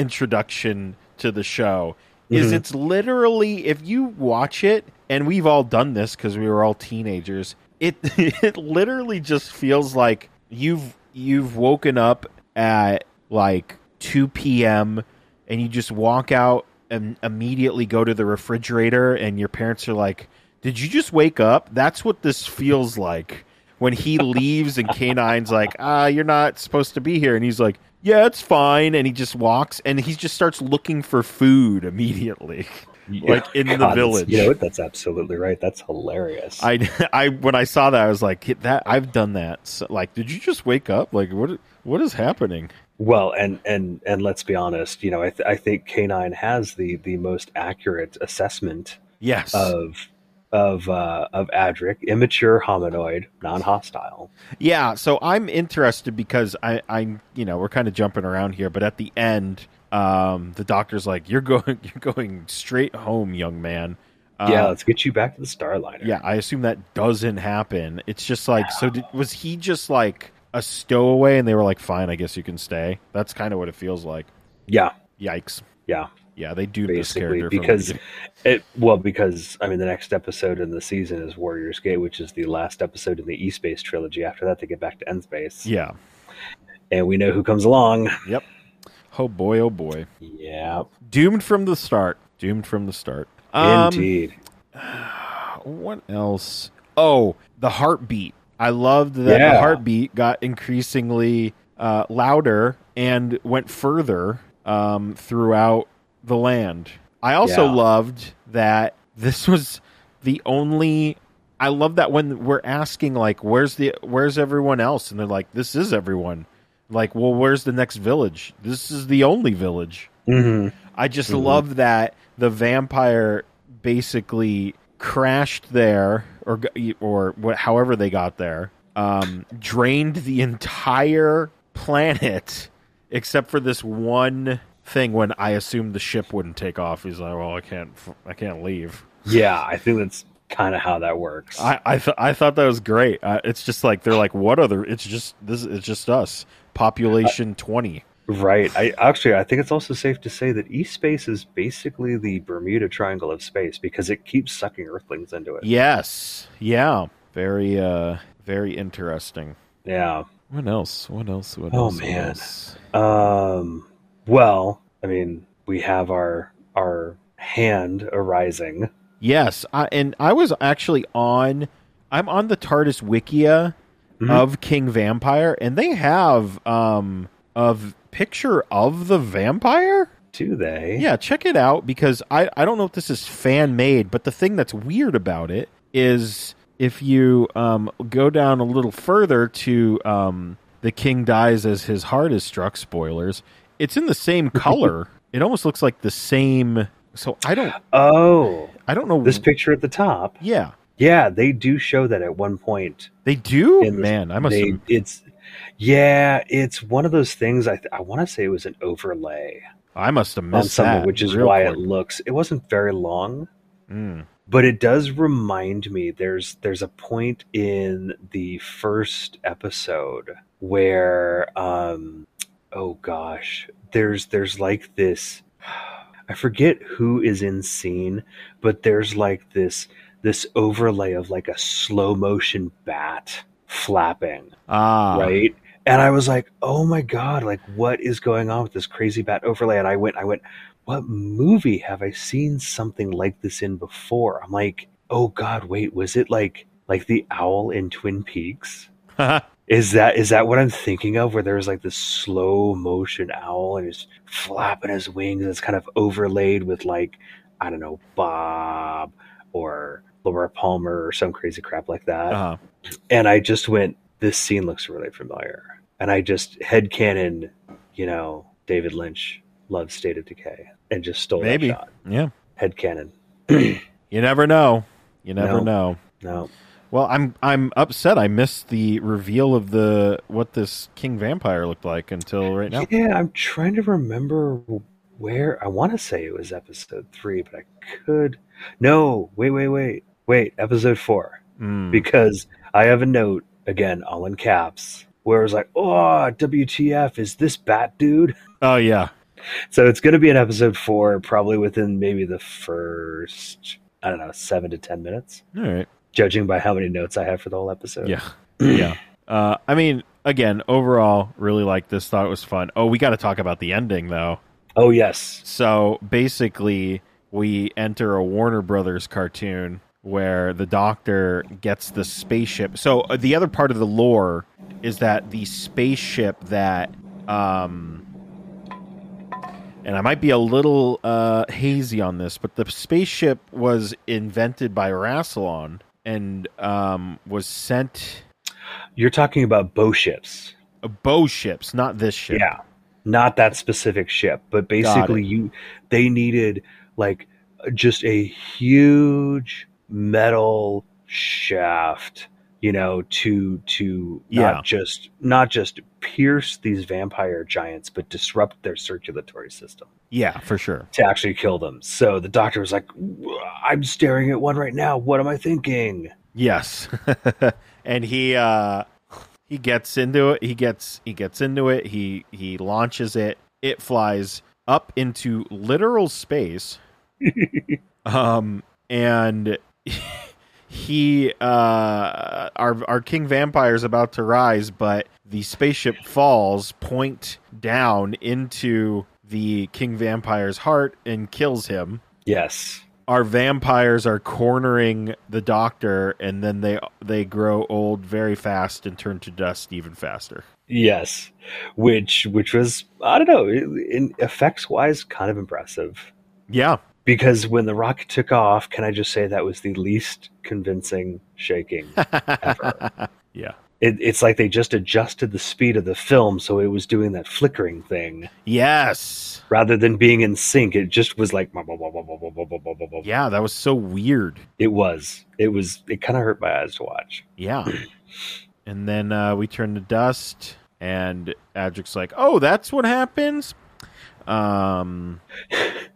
[SPEAKER 2] reintroduction to the show is
[SPEAKER 3] Mhm.
[SPEAKER 2] it's literally if you watch it, and we've all done this because we were all teenagers. It it literally just feels like you've you've woken up at like 2 p.m. and you just walk out and immediately go to the refrigerator and your parents are like, "Did you just wake up?" That's what this feels like when he leaves and Canine's like, "Ah, you're not supposed to be here." And he's like, "Yeah, it's fine." And he just walks and he just starts looking for food immediately. Like in the
[SPEAKER 3] God, that's-
[SPEAKER 2] village.
[SPEAKER 3] You know what? That's absolutely right. That's hilarious.
[SPEAKER 2] I, I when I saw that I was like "Hit that I've done that so, like did you just wake up like what what is happening
[SPEAKER 3] Well, and and and let's be honest, you know, I, th- I think K9 has the the most accurate assessment
[SPEAKER 2] yes
[SPEAKER 3] of of uh, of Adric, immature hominoid, non-hostile.
[SPEAKER 2] Yeah, so I'm interested because I, I, you know, we're kind of jumping around here, but at the end, um, the doctor's like, "You're going, you're going straight home, young man." Uh,
[SPEAKER 3] yeah, let's get you back to the Starliner.
[SPEAKER 2] yeah. I assume that doesn't happen. It's just like, so did, was he just like a stowaway, and they were like, "Fine, I guess you can stay." That's kind of what it feels like.
[SPEAKER 3] yeah,
[SPEAKER 2] Yikes.
[SPEAKER 3] yeah.
[SPEAKER 2] Yeah, they do this
[SPEAKER 3] Basically,
[SPEAKER 2] character from the
[SPEAKER 3] because
[SPEAKER 2] beginning.
[SPEAKER 3] it well because I mean the next episode in the season is Warriors Gate, which is the last episode in the East Space trilogy. After that, they get back to End Space,
[SPEAKER 2] yeah.
[SPEAKER 3] and we know who comes along.
[SPEAKER 2] Oh boy, oh boy.
[SPEAKER 3] Yeah,
[SPEAKER 2] Doomed from the start. Doomed from the start. Um,
[SPEAKER 3] indeed.
[SPEAKER 2] what else? Oh, the heartbeat. I loved that the
[SPEAKER 3] Yeah.
[SPEAKER 2] heartbeat got increasingly uh, louder and went further um, throughout the land. I also
[SPEAKER 3] Yeah.
[SPEAKER 2] loved that this was the only. I love that when we're asking like, "Where's the? Where's everyone else?" and they're like, "This is everyone." Like, well, where's the next village? This is the only village.
[SPEAKER 3] hmm
[SPEAKER 2] I just
[SPEAKER 3] Mhm.
[SPEAKER 2] love that the vampire basically crashed there, or g- or what, however they got there, um, drained the entire planet except for this one thing. When I assumed the ship wouldn't take off, he's like, "Well, I can't, f- I can't leave."
[SPEAKER 3] Yeah, I think that's kind of how that works.
[SPEAKER 2] I I, th- I thought that was great. Uh, it's just like they're like, "What other?" It's just this. It's just us, population twenty.
[SPEAKER 3] Right. I actually I think it's also safe to say that East Space is basically the Bermuda Triangle of space because it keeps sucking Earthlings into it.
[SPEAKER 2] Yes, yeah, very, uh, very interesting.
[SPEAKER 3] Yeah.
[SPEAKER 2] What else? What else? What
[SPEAKER 3] Oh,
[SPEAKER 2] else? What
[SPEAKER 3] man.
[SPEAKER 2] else?
[SPEAKER 3] Um. Well, I mean, we have our our hand arising.
[SPEAKER 2] Yes, I, and I was actually on. I'm on the TARDIS Wikia
[SPEAKER 3] Mhm.
[SPEAKER 2] of King Vampire, and they have um of picture of the vampire.
[SPEAKER 3] do they?
[SPEAKER 2] Yeah, check it out because I, I don't know if this is fan made, but the thing that's weird about it is if you um, go down a little further to um, the king dies as his heart is struck. Spoilers. It's in the same color. it almost looks like the same. So I don't
[SPEAKER 3] Oh,
[SPEAKER 2] I don't know.
[SPEAKER 3] this picture at the top.
[SPEAKER 2] yeah,
[SPEAKER 3] Yeah, they do show that at one point.
[SPEAKER 2] they do.
[SPEAKER 3] In this-
[SPEAKER 2] Man, I must.
[SPEAKER 3] They,
[SPEAKER 2] have,
[SPEAKER 3] it's yeah, it's one of those things. I th- I want to say it was an overlay
[SPEAKER 2] I must have
[SPEAKER 3] on
[SPEAKER 2] missed
[SPEAKER 3] something,
[SPEAKER 2] that.
[SPEAKER 3] which is
[SPEAKER 2] real
[SPEAKER 3] why it
[SPEAKER 2] quick.
[SPEAKER 3] looks. It wasn't very long,
[SPEAKER 2] Mm.
[SPEAKER 3] but it does remind me. There's there's a point in the first episode where um oh gosh, there's there's like this. I forget who is in scene, but there's like this this overlay of like a slow motion bat flapping
[SPEAKER 2] Ah,
[SPEAKER 3] right? And I was like, "Oh my god! Like, what is going on with this crazy bat overlay?" And I went, I went, "What movie have I seen something like this in before?" I'm like, "Oh god, wait, was it like like the owl in Twin Peaks?
[SPEAKER 2] Uh-huh.
[SPEAKER 3] Is that is that what I'm thinking of? Where there's like this slow motion owl and he's flapping his wings, and it's kind of overlaid with like I don't know Bob or Laura Palmer or some crazy crap like that."
[SPEAKER 2] uh-huh.
[SPEAKER 3] and I just went, this scene looks really familiar. And I just headcanon, you know, David Lynch loves State of Decay and just stole
[SPEAKER 2] Maybe.
[SPEAKER 3] that shot.
[SPEAKER 2] yeah.
[SPEAKER 3] Headcanon.
[SPEAKER 2] You never know. You never
[SPEAKER 3] No.
[SPEAKER 2] know.
[SPEAKER 3] No.
[SPEAKER 2] Well, I'm I'm upset. I missed the reveal of the what this king vampire looked like until right now.
[SPEAKER 3] Yeah, I'm trying to remember where I want to say it was episode three, but I could. No, wait, wait, wait. Wait, episode four.
[SPEAKER 2] Mm.
[SPEAKER 3] Because I have a note, again, all in caps, where it was like, oh, WTF, is this Bat Dude?
[SPEAKER 2] oh yeah,
[SPEAKER 3] So it's going to be an episode four, probably within maybe the first, I don't know, seven to 10 minutes,
[SPEAKER 2] all right,
[SPEAKER 3] judging by how many notes I have for the whole episode.
[SPEAKER 2] yeah, yeah. Uh, I mean, again, overall, really liked this. Thought it was fun. Oh, we got to talk about the ending though.
[SPEAKER 3] Oh, yes.
[SPEAKER 2] So basically, we enter a Warner Brothers cartoon where the Doctor gets the spaceship. So uh, the other part of the lore is that the spaceship that, um, and I might be a little uh, hazy on this, but the spaceship was invented by Rassilon and um, was sent
[SPEAKER 3] You're talking about bow ships.
[SPEAKER 2] uh, bow ships, not this ship.
[SPEAKER 3] Yeah. Not that specific ship, but basically you they needed like just a huge metal shaft, you know, to to
[SPEAKER 2] Yeah.
[SPEAKER 3] not just not just pierce these vampire giants, but disrupt their circulatory system.
[SPEAKER 2] yeah, for sure.
[SPEAKER 3] to actually kill them. So the doctor was like, I'm staring at one right now. What am I thinking?
[SPEAKER 2] Yes. and he uh he gets into it. He gets he gets into it. He he launches it. It flies up into literal space. um and he uh our our king vampire is about to rise, but the spaceship falls point down into the king vampire's heart and kills him
[SPEAKER 3] Yes.
[SPEAKER 2] our vampires are cornering the doctor and then they they grow old very fast and turn to dust even faster
[SPEAKER 3] Yes. Which, which was, I don't know, in effects wise, kind of impressive.
[SPEAKER 2] yeah
[SPEAKER 3] Because when the rocket took off, can I just say that was the least convincing shaking? Ever.
[SPEAKER 2] yeah
[SPEAKER 3] it, it's like they just adjusted the speed of the film so it was doing that flickering thing
[SPEAKER 2] yes
[SPEAKER 3] rather than being in sync. It just was like, yeah.
[SPEAKER 2] yeah that was so weird
[SPEAKER 3] it was, it was, it kind of hurt my eyes to watch.
[SPEAKER 2] yeah and then uh, we turn to dust and adric's like oh that's what happens um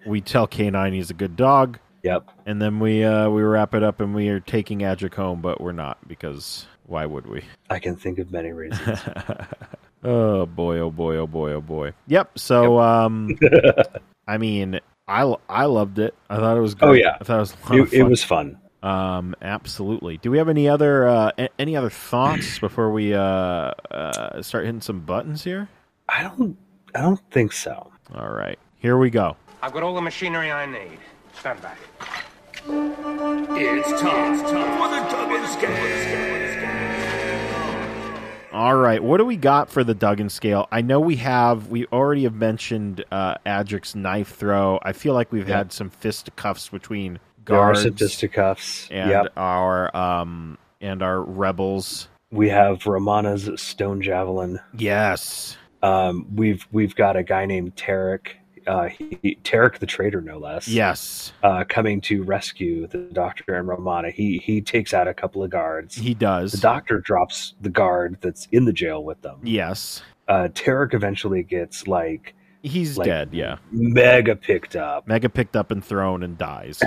[SPEAKER 2] we tell k9 he's a good dog
[SPEAKER 3] Yep.
[SPEAKER 2] and then we uh we wrap it up and we are taking adric home but we're not because why would we
[SPEAKER 3] I can think of many reasons.
[SPEAKER 2] oh boy oh boy oh boy oh boy yep so um i mean i i loved it i thought it was good
[SPEAKER 3] Oh, yeah.
[SPEAKER 2] i thought it was a lot of
[SPEAKER 3] it, it
[SPEAKER 2] fun.
[SPEAKER 3] was fun.
[SPEAKER 2] um absolutely do we have any other uh a- any other thoughts before we uh, uh start hitting some buttons here
[SPEAKER 3] I don't. I don't think so.
[SPEAKER 2] all right here we go
[SPEAKER 4] I've got all the machinery I need. Stand back. It's time, for the Duggins game.
[SPEAKER 2] all All right, what do we got for the Duggan scale? I know we have we already have mentioned uh Adric's knife throw. I feel like we've had some fisticuffs between
[SPEAKER 3] There are
[SPEAKER 2] guards
[SPEAKER 3] some fisticuffs.
[SPEAKER 2] and
[SPEAKER 3] Yep.
[SPEAKER 2] our um and our rebels.
[SPEAKER 3] We have Romana's stone javelin.
[SPEAKER 2] Yes.
[SPEAKER 3] Um, we've we've got a guy named Tarek. Uh, he, Tarek the traitor, no less.
[SPEAKER 2] Yes.
[SPEAKER 3] Uh, coming to rescue the doctor and Romana. He he takes out a couple of guards.
[SPEAKER 2] He
[SPEAKER 3] the
[SPEAKER 2] does.
[SPEAKER 3] doctor drops the guard that's in the jail with them.
[SPEAKER 2] yes.
[SPEAKER 3] Uh, Tarek eventually gets like
[SPEAKER 2] He's
[SPEAKER 3] Like-
[SPEAKER 2] dead, yeah.
[SPEAKER 3] mega picked up.
[SPEAKER 2] Mega picked up and thrown and dies.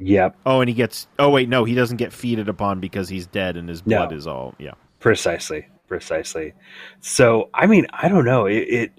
[SPEAKER 3] Yep,
[SPEAKER 2] Oh, and he gets. Oh, wait, no, he doesn't get feeded upon because he's dead and his
[SPEAKER 3] No.
[SPEAKER 2] blood is all. Yeah.
[SPEAKER 3] precisely, precisely. So I mean, I don't know. It, it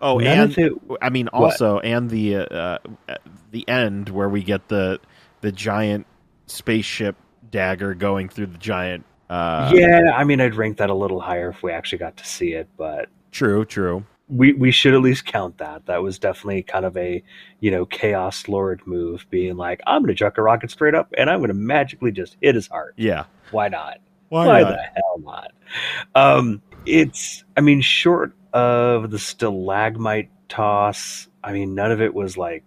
[SPEAKER 2] Oh,
[SPEAKER 3] none
[SPEAKER 2] and
[SPEAKER 3] of it.
[SPEAKER 2] I mean,
[SPEAKER 3] What?
[SPEAKER 2] also, and the uh, uh, the end where we get the the giant spaceship dagger going through the giant. Uh,
[SPEAKER 3] yeah, I mean, I'd rank that a little higher if we actually got to see it, but
[SPEAKER 2] True. True.
[SPEAKER 3] we we should at least count that. That was definitely kind of a you know chaos lord move, being like, I'm going to chuck a rocket straight up, and I'm going to magically just hit his heart.
[SPEAKER 2] Yeah.
[SPEAKER 3] Why not?
[SPEAKER 2] Why,
[SPEAKER 3] Why
[SPEAKER 2] not?
[SPEAKER 3] the hell not? Um, it's, I mean, short of the stalagmite toss, I mean, none of it was like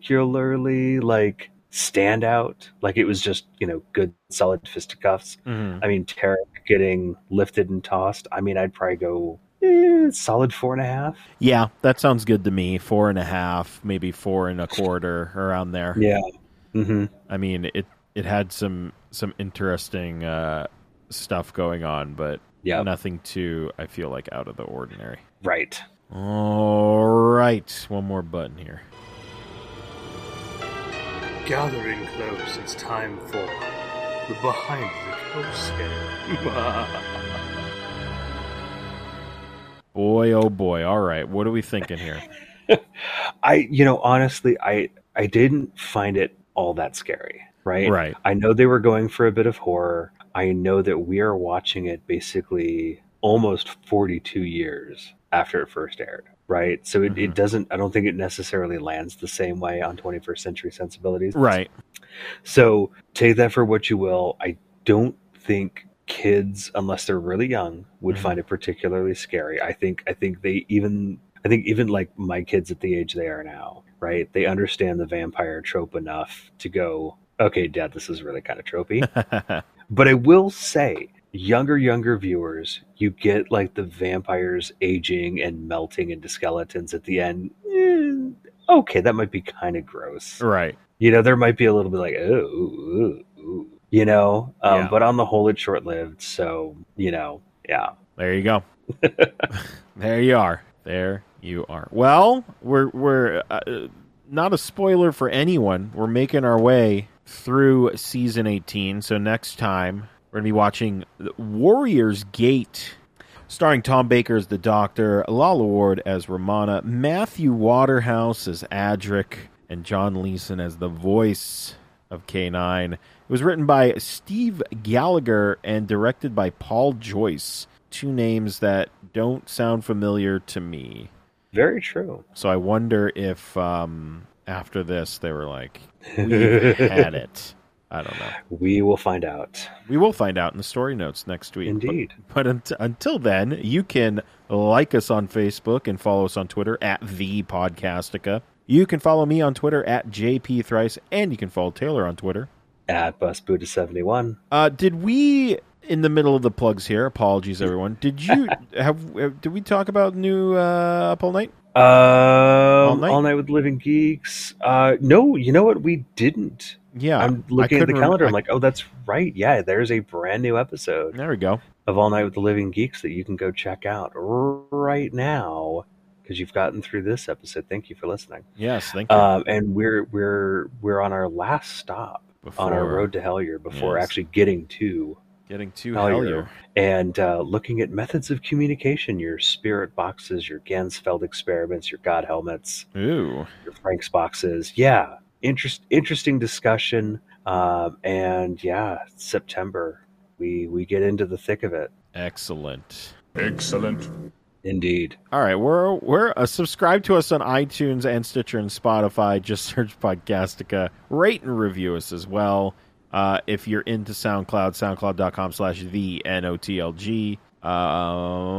[SPEAKER 3] particularly like standout. Like it was just, you know, good solid fisticuffs.
[SPEAKER 2] Mhm.
[SPEAKER 3] I mean, Tarek getting lifted and tossed. I mean, I'd probably go eh, solid four and a half.
[SPEAKER 2] Yeah, that sounds good to me. Four and a half, maybe four and a quarter, around there.
[SPEAKER 3] Yeah. Mm-hmm.
[SPEAKER 2] I mean, it it had some some interesting uh, stuff going on, but
[SPEAKER 3] Yeah.
[SPEAKER 2] nothing too. I feel like out of the ordinary.
[SPEAKER 3] Right.
[SPEAKER 2] All right, one more button here.
[SPEAKER 5] Gathering close, it's time for the behind the close scale.
[SPEAKER 2] Boy, oh boy. All right, what are we thinking here?
[SPEAKER 3] I, you know, honestly, I, I didn't find it all that scary. Right.
[SPEAKER 2] right.
[SPEAKER 3] I know they were going for a bit of horror. I know that we are watching it basically almost 42 years after it first aired, right? So it,
[SPEAKER 2] Mhm.
[SPEAKER 3] it doesn't, I don't think it necessarily lands the same way on 21st century sensibilities.
[SPEAKER 2] Right.
[SPEAKER 3] So take that for what you will. I don't think kids, unless they're really young, would
[SPEAKER 2] Mhm.
[SPEAKER 3] find it particularly scary. I think, I think they even, I think even like my kids at the age they are now, right? They understand the vampire trope enough to go, okay, dad, this is really kind of tropey. But I will say, younger, younger viewers, you get like the vampires aging and melting into skeletons at the end. Eh, okay, that might be kind of gross.
[SPEAKER 2] right.
[SPEAKER 3] You know, there might be a little bit like, "Oh, ooh, ooh, ooh, you know, um,
[SPEAKER 2] Yeah.
[SPEAKER 3] but on the whole, it's short lived. So, you know, yeah.
[SPEAKER 2] There you go. there you are. There you are. Well, we're we're uh, not a spoiler for anyone. We're making our way through season 18. So next time we're going to be watching Warriors Gate starring Tom Baker as the Doctor, Lala Ward as Romana, Matthew Waterhouse as Adric, and John Leeson as the voice of K9. It was written by Steve Gallagher and directed by Paul Joyce. Two names that don't sound familiar to me.
[SPEAKER 3] Very true.
[SPEAKER 2] So I wonder if um, after this they were like, we've had it. I don't know.
[SPEAKER 3] We will find out.
[SPEAKER 2] We will find out in the story notes next week. But-
[SPEAKER 3] Indeed.
[SPEAKER 2] But unt- until then, you can like us on Facebook and follow us on Twitter at the Podcastica. You can follow me on Twitter at JP Thrice, and you can follow Taylor on Twitter.
[SPEAKER 3] At Bus Buddha 71.
[SPEAKER 2] Uh, did we in the middle of the plugs here? Apologies, everyone. Did you have? uh, Did we talk about new uh, Up All Night?
[SPEAKER 3] Um, all,
[SPEAKER 2] Night?
[SPEAKER 3] night? with Living Geeks. Uh, no, you know what? We didn't.
[SPEAKER 2] Yeah,
[SPEAKER 3] I'm looking at the
[SPEAKER 2] couldn't rem-
[SPEAKER 3] calendar.
[SPEAKER 2] I-
[SPEAKER 3] I'm like, oh, that's right. Yeah, there's a brand new episode
[SPEAKER 2] There we go.
[SPEAKER 3] of All Night with the Living Geeks that you can go check out r- right now because you've gotten through this episode. Thank you for listening.
[SPEAKER 2] Yes, thank you.
[SPEAKER 3] Um, and we're we're we're on our last stop on our
[SPEAKER 2] Before
[SPEAKER 3] road to Hellier before
[SPEAKER 2] Yes.
[SPEAKER 3] actually getting to
[SPEAKER 2] getting too
[SPEAKER 3] Hellier.
[SPEAKER 2] hellier.
[SPEAKER 3] and uh, looking at methods of communication: your spirit boxes, your Gansfeld experiments, your God helmets
[SPEAKER 2] Ooh.
[SPEAKER 3] your Frank's boxes. Yeah, interest interesting discussion. Um, and yeah, September we we get into the thick of it.
[SPEAKER 2] Excellent.
[SPEAKER 5] Excellent.
[SPEAKER 3] Indeed.
[SPEAKER 2] All right, we're we're uh, subscribe to us on iTunes and Stitcher and Spotify. Just search Podcastica. Rate and review us as well. Uh, if you're into SoundCloud, SoundCloud.com/slash the notlg.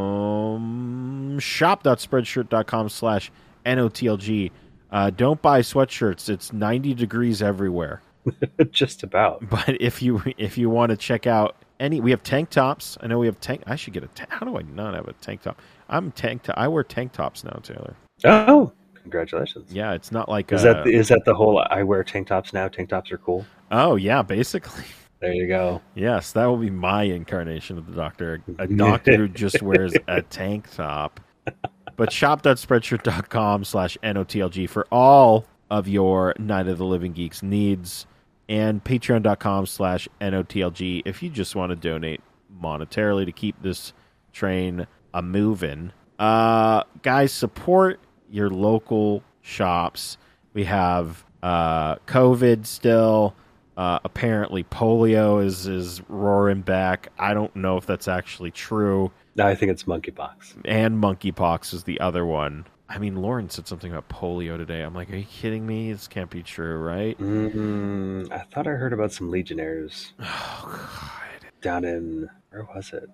[SPEAKER 2] Um, shop.spreadshirt.com slash NOTLG. Uh, don't buy sweatshirts. It's 90 degrees everywhere.
[SPEAKER 3] Just about.
[SPEAKER 2] But if you if you want to check out any, we have tank tops. I know we have tank. I should get a tank. How do I not have a tank top? I'm tank. To- I wear tank tops now, Taylor.
[SPEAKER 3] Oh, congratulations.
[SPEAKER 2] Yeah, it's not like
[SPEAKER 3] Is
[SPEAKER 2] uh,
[SPEAKER 3] that the, is that the whole I wear tank tops now? Tank tops are cool.
[SPEAKER 2] oh yeah, basically.
[SPEAKER 3] There you go.
[SPEAKER 2] Yes, that will be my incarnation of the Doctor. A doctor who just wears a tank top. But shop.spreadshirt.com slash NOTLG for all of your Night of the Living Geeks needs and patreon.com slash NOTLG if you just want to donate monetarily to keep this train a moving. Uh, guys, support your local shops. We have uh, COVID still. Uh, apparently, polio is is roaring back. I don't know if that's actually true.
[SPEAKER 3] Now I think it's monkeypox.
[SPEAKER 2] And monkeypox is the other one. I mean, Lauren said something about polio today. I'm like, are you kidding me? This can't be true, right?
[SPEAKER 3] Mm, I thought I heard about some legionnaires
[SPEAKER 2] Oh God,
[SPEAKER 3] down in where was it?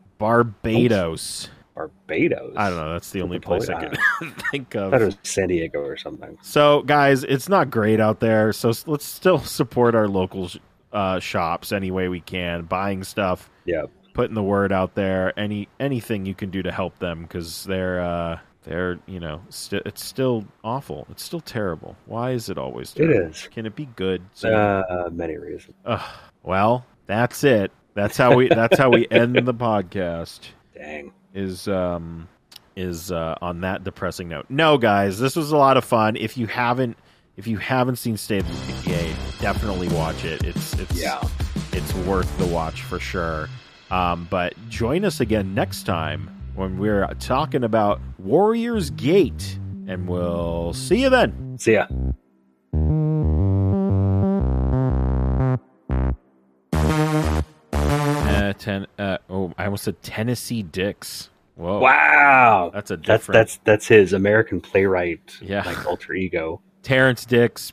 [SPEAKER 2] Barbados.
[SPEAKER 3] Barbados.
[SPEAKER 2] I don't know. That's the only
[SPEAKER 3] Something
[SPEAKER 2] place I
[SPEAKER 3] polio.
[SPEAKER 2] can think
[SPEAKER 3] I thought it
[SPEAKER 2] of.
[SPEAKER 3] was San Diego or something.
[SPEAKER 2] So, guys, it's not great out there. So s- let's still support our local sh- uh, shops any way we can, buying stuff,
[SPEAKER 3] Yeah.
[SPEAKER 2] putting the word out there any anything you can do to help them because they're uh they're you know st- it's still awful it's still terrible why is it always
[SPEAKER 3] It
[SPEAKER 2] terrible?
[SPEAKER 3] is.
[SPEAKER 2] can it be good so,
[SPEAKER 3] Uh, many reasons.
[SPEAKER 2] Ugh. well that's it that's how we that's how we end the podcast
[SPEAKER 3] Dang.
[SPEAKER 2] is um is uh, on that depressing note. No, guys, this was a lot of fun. If you haven't if you haven't seen State of the Decay, definitely watch it. It's it's
[SPEAKER 3] Yeah.
[SPEAKER 2] it's worth the watch for sure. Um, but join us again next time when we're talking about Warriors Gate, and we'll see you then.
[SPEAKER 3] See ya.
[SPEAKER 2] Uh, ten, uh, oh, I almost said Tennessee Dicks. Whoa,
[SPEAKER 3] Wow.
[SPEAKER 2] Oh. that's a
[SPEAKER 3] That's
[SPEAKER 2] different.
[SPEAKER 3] that's that's his American playwright
[SPEAKER 2] Yeah.
[SPEAKER 3] like alter ego.
[SPEAKER 2] Terrence Dix,